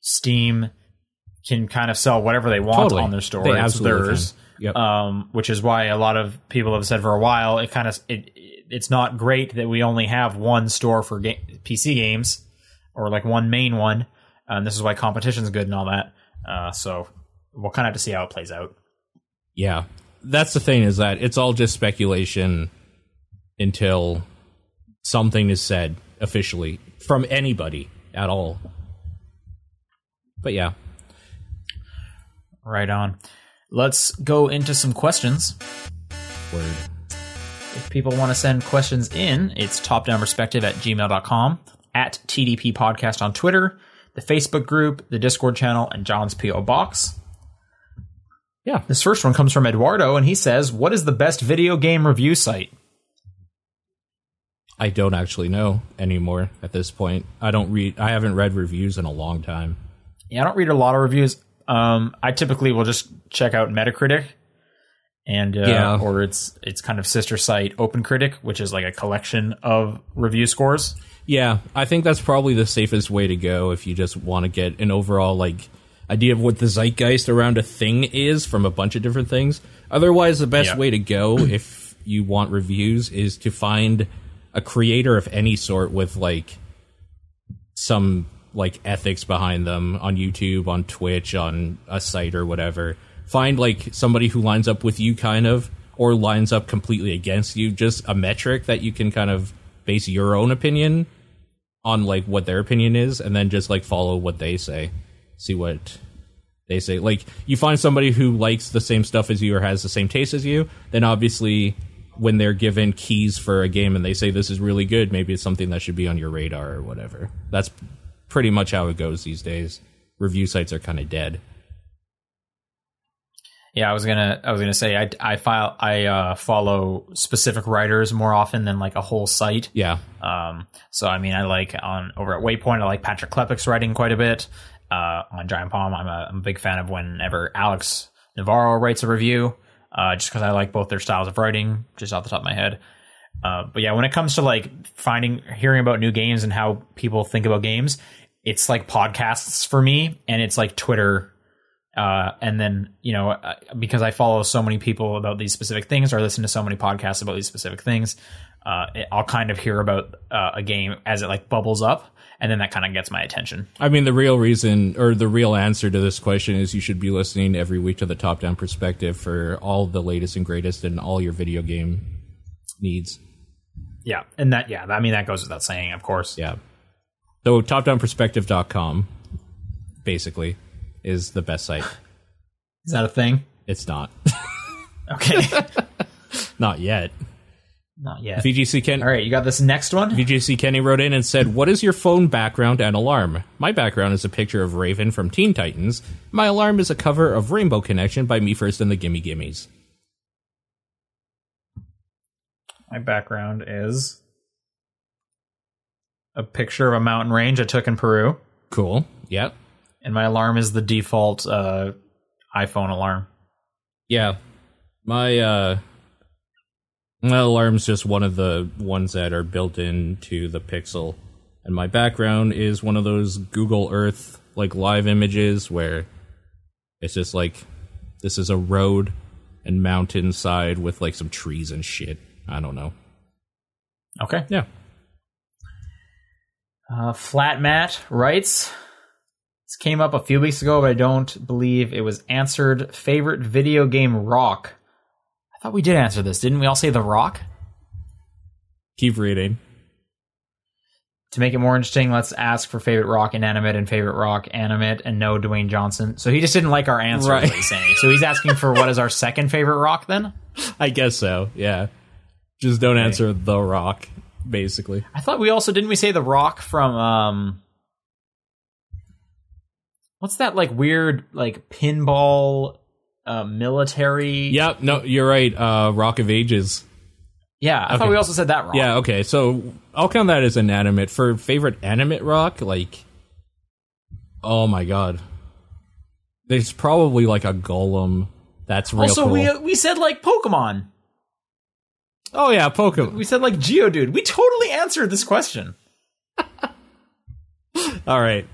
Speaker 2: Steam can kind of sell whatever they want
Speaker 1: Totally.
Speaker 2: on their store.
Speaker 1: They
Speaker 2: It's
Speaker 1: absolutely
Speaker 2: theirs.
Speaker 1: can. Yep.
Speaker 2: Um, which is why a lot of people have said for a while it kind of it it's not great that we only have one store for ga- PC games or like one main one. And this is why competition's good and all that. Uh, so we'll kind of have to see how it plays out.
Speaker 1: Yeah. That's the thing is that it's all just speculation until something is said officially from anybody at all. But yeah.
Speaker 2: Right on. Let's go into some questions.
Speaker 1: Word.
Speaker 2: If people want to send questions in, it's topdownperspective at gmail.com, at TDP Podcast on Twitter, the Facebook group, the Discord channel, and John's P.O. Box.
Speaker 1: Yeah.
Speaker 2: This first one comes from Eduardo, and he says, What is the best video game review site?
Speaker 1: I don't actually know anymore at this point. I don't read I haven't read reviews in a long time.
Speaker 2: Yeah, I don't read a lot of reviews. Um, I typically will just check out Metacritic. And uh,
Speaker 1: Yeah.
Speaker 2: or it's it's kind of sister site OpenCritic, which is like a collection of review scores.
Speaker 1: Yeah, I think that's probably the safest way to go if you just want to get an overall like idea of what the zeitgeist around a thing is from a bunch of different things. Otherwise, the best
Speaker 2: Yeah.
Speaker 1: way to go if you want reviews is to find a creator of any sort with like some like ethics behind them on YouTube, on Twitch, on a site or whatever. Find like somebody who lines up with you kind of or lines up completely against you, just a metric that you can kind of base your own opinion on like what their opinion is and then just like follow what they say. See what they say. Like you find somebody who likes the same stuff as you or has the same taste as you, then obviously when they're given keys for a game and they say this is really good, maybe it's something that should be on your radar or whatever. That's pretty much how it goes these days. Review sites are kind of dead.
Speaker 2: Yeah, I was gonna I was gonna say I I file I uh, follow specific writers more often than like a whole site.
Speaker 1: Yeah.
Speaker 2: Um, so I mean, I like on over at Waypoint, I like Patrick Klepek's writing quite a bit. Uh, on Giant Palm, I'm a, I'm a big fan of whenever Alex Navarro writes a review, uh, just because I like both their styles of writing, just off the top of my head. Uh, but yeah, when it comes to like finding, hearing about new games and how people think about games, it's like podcasts for me, and it's like Twitter uh, and then you know uh, because I follow so many people about these specific things or listen to so many podcasts about these specific things, uh, it, I'll kind of hear about uh, a game as it like bubbles up, and then that kind of gets my attention.
Speaker 1: I mean, the real reason or the real answer to this question is you should be listening every week to the Top Down Perspective for all the latest and greatest in all your video game needs.
Speaker 2: Yeah, and that yeah, I mean that goes without saying, of course.
Speaker 1: Yeah. So topdownperspective.com basically is the best site.
Speaker 2: Is that a thing?
Speaker 1: It's not.
Speaker 2: Okay,
Speaker 1: not yet.
Speaker 2: not yet.
Speaker 1: VGC Ken
Speaker 2: All right, you got this next one.
Speaker 1: VGC Kenny wrote in and said, "What is your phone background and alarm? My background is a picture of Raven from Teen Titans. My alarm is a cover of Rainbow Connection by Me First and the Gimme Gimmies."
Speaker 2: My background is a picture of a mountain range I took in Peru.
Speaker 1: Cool. Yeah.
Speaker 2: and my alarm is the default uh, iPhone alarm.
Speaker 1: Yeah. My uh my alarm's just one of the ones that are built into the Pixel. And my background is one of those Google Earth like live images where it's just like this is a road and mountainside with like some trees and shit. I don't know.
Speaker 2: Okay.
Speaker 1: Yeah.
Speaker 2: Uh, Flat Matt writes. This came up a few weeks ago, but I don't believe it was answered. Favorite video game rock. I thought we did answer this, didn't we? All say the rock.
Speaker 1: Keep reading.
Speaker 2: To make it more interesting, let's ask for favorite rock inanimate and favorite rock animate, and no Dwayne Johnson. So he just didn't like our answer. is
Speaker 1: Right.
Speaker 2: what he's saying. So he's asking for what is our second favorite rock then?
Speaker 1: I guess so. Yeah. Just don't answer the rock basically.
Speaker 2: I thought we also didn't we say the rock from um What's that like weird like pinball uh military
Speaker 1: Yep, no, you're right. Uh Rock of Ages.
Speaker 2: Yeah, I thought
Speaker 1: Okay.
Speaker 2: we also said that rock.
Speaker 1: Yeah, okay. So I'll count that as inanimate. For favorite animate rock, like Oh my god. There's probably like a golem that's real
Speaker 2: Also
Speaker 1: cool.
Speaker 2: we we said like Pokemon.
Speaker 1: oh yeah, Pokemon.
Speaker 2: We said like Geodude. We totally answered this question.
Speaker 1: All right.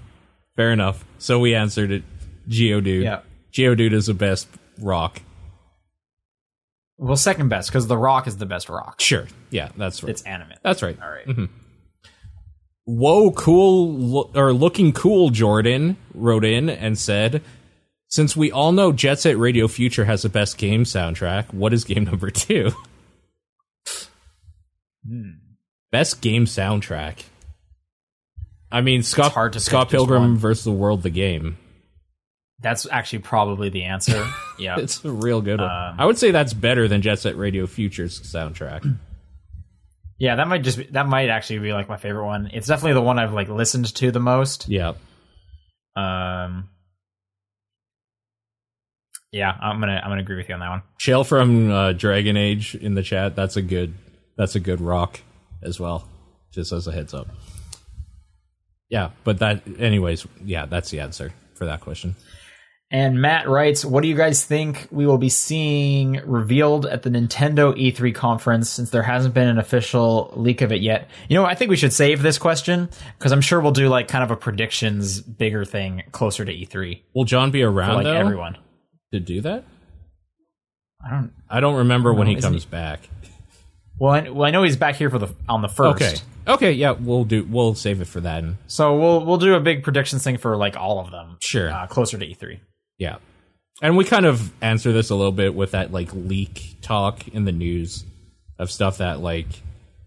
Speaker 1: Fair enough. So we answered it Geodude.
Speaker 2: Yeah.
Speaker 1: Geodude is the best rock.
Speaker 2: Well, second best cuz the rock is the best rock.
Speaker 1: Sure. Oh. Mm-hmm. Yeah, that's right.
Speaker 2: It's animate.
Speaker 1: that's right.
Speaker 2: All right.
Speaker 1: Whoa, cool, lo- or looking cool, Jordan wrote in and said, Since we all know Jet Set Radio Future has the best game soundtrack, what is game number two?
Speaker 2: Hmm.
Speaker 1: Best game soundtrack. I mean, Scott,
Speaker 2: hard to pick
Speaker 1: Scott
Speaker 2: just
Speaker 1: Pilgrim
Speaker 2: one.
Speaker 1: versus the World, the game.
Speaker 2: That's actually probably the answer. yeah.
Speaker 1: It's a real good one.
Speaker 2: Uh,
Speaker 1: I would say that's better than Jet Set Radio Future's soundtrack.
Speaker 2: Yeah, that might just be, that might actually be like my favorite one. It's definitely the one I've like listened to the most.
Speaker 1: yeah.
Speaker 2: Um, yeah, I'm gonna I'm gonna agree with you on that one.
Speaker 1: Shale from uh, Dragon Age in the chat. That's a good. That's a good rock as well. Just as a heads up. Yeah, but that. Anyways, yeah, that's the answer for that question.
Speaker 2: And Matt writes, "What do you guys think we will be seeing revealed at the Nintendo E3 conference? Since there hasn't been an official leak of it yet, you know, I think we should save this question because I'm sure we'll do like kind of a predictions bigger thing closer to E3,
Speaker 1: Will John be around
Speaker 2: like
Speaker 1: though,
Speaker 2: everyone.
Speaker 1: to do that?
Speaker 2: I don't.
Speaker 1: I don't remember when he
Speaker 2: isn't
Speaker 1: comes back.
Speaker 2: Well, I, well, I know he's back here for the on the first.
Speaker 1: Okay. Okay, yeah, we'll do. We'll save it for that. And
Speaker 2: So we'll we'll do a big predictions thing for like all of them.
Speaker 1: Sure.
Speaker 2: Uh, closer to E3.
Speaker 1: yeah, and we kind of answer this a little bit with that like leak talk in the news of stuff that like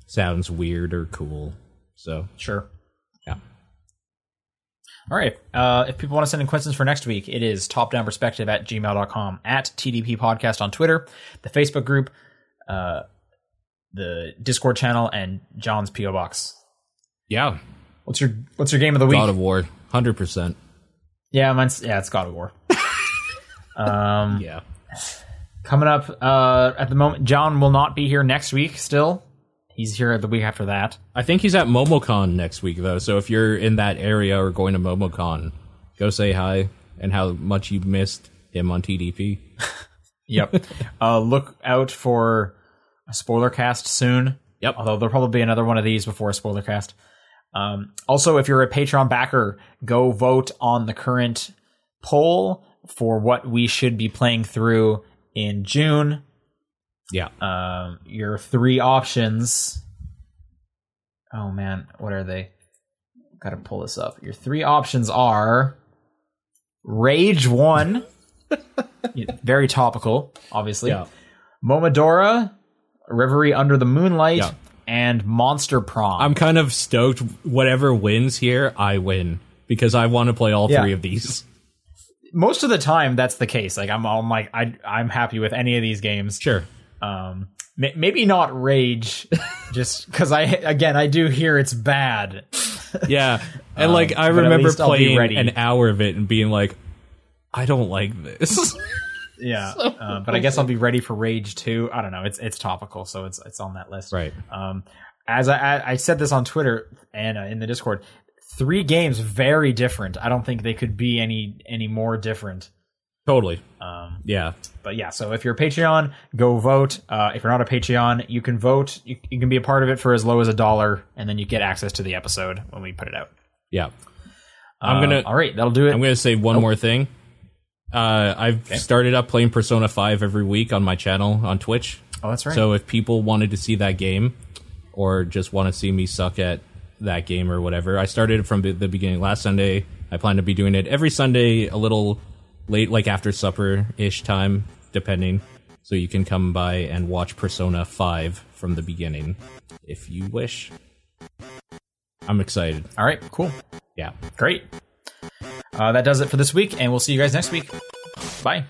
Speaker 1: sounds weird or cool. So
Speaker 2: Sure.
Speaker 1: yeah,
Speaker 2: All right. Uh, if people want to send in questions for next week, it is topdownperspective at gmail.com, at TDP Podcast on Twitter, the Facebook group, uh, the Discord channel, and John's P.O. Box.
Speaker 1: yeah,
Speaker 2: What's your What's your game of the week?
Speaker 1: God of War, hundred percent.
Speaker 2: yeah, mine's yeah, it's God of War.
Speaker 1: Yeah,
Speaker 2: Coming up uh, at the moment, John will not be here next week. Still, he's here the week after that.
Speaker 1: I think he's at MomoCon next week though. So if you're in that area or going to MomoCon, go say hi and how much you missed him on TDP.
Speaker 2: Yep. uh, look out for a spoiler cast soon.
Speaker 1: Yep.
Speaker 2: Although there'll probably be another one of these before a spoiler cast. Um, also, if you're a Patreon backer, go vote on the current poll for what we should be playing through in June.
Speaker 1: Yeah,
Speaker 2: Um, your three options. Oh man, what are they? Gotta pull this up. Your three options are Rage One, Yeah, very topical, obviously.
Speaker 1: yeah,
Speaker 2: Momodora, Reverie Under the Moonlight,
Speaker 1: Yeah.
Speaker 2: and Monster Prom.
Speaker 1: I'm kind of stoked. Whatever wins here, I win because I want to play all
Speaker 2: Yeah.
Speaker 1: three of these.
Speaker 2: Most of the time, that's the case. Like I'm, I'm like I, I'm happy with any of these games.
Speaker 1: Sure.
Speaker 2: Um, ma- maybe not Rage, just because I again I do hear it's bad.
Speaker 1: Yeah, and like I
Speaker 2: Um, but at
Speaker 1: remember
Speaker 2: least I'll be
Speaker 1: playing
Speaker 2: ready.
Speaker 1: an hour of it and being like, I don't like this.
Speaker 2: Yeah, uh, but I guess I'll be ready for Rage too. I don't know. It's it's topical, so it's it's on that list.
Speaker 1: Right.
Speaker 2: Um, as I, I I said this on Twitter and uh, in the Discord, three games very different. I don't think they could be any any more different.
Speaker 1: totally.
Speaker 2: Um,
Speaker 1: Yeah.
Speaker 2: but yeah, so if you're a Patreon, go vote. Uh, if you're not a Patreon, you can vote. You, you can be a part of it for as low as a dollar, and then you get access to the episode when we put it out.
Speaker 1: Yeah. I'm
Speaker 2: Uh,
Speaker 1: gonna
Speaker 2: all right, that'll do it.
Speaker 1: I'm gonna say one more thing. Uh, I've started up playing Persona Five every week on my channel on Twitch.
Speaker 2: oh, that's right.
Speaker 1: So if people wanted to see that game, or just want to see me suck at that game or whatever, I started from the- the beginning last Sunday. I plan to be doing it every Sunday, a little late, like after supper ish time, depending. So you can come by and watch Persona Five from the beginning, if you wish. I'm excited.
Speaker 2: all right, cool,
Speaker 1: Yeah.
Speaker 2: great. Uh, that does it for this week, and we'll see you guys next week. Bye.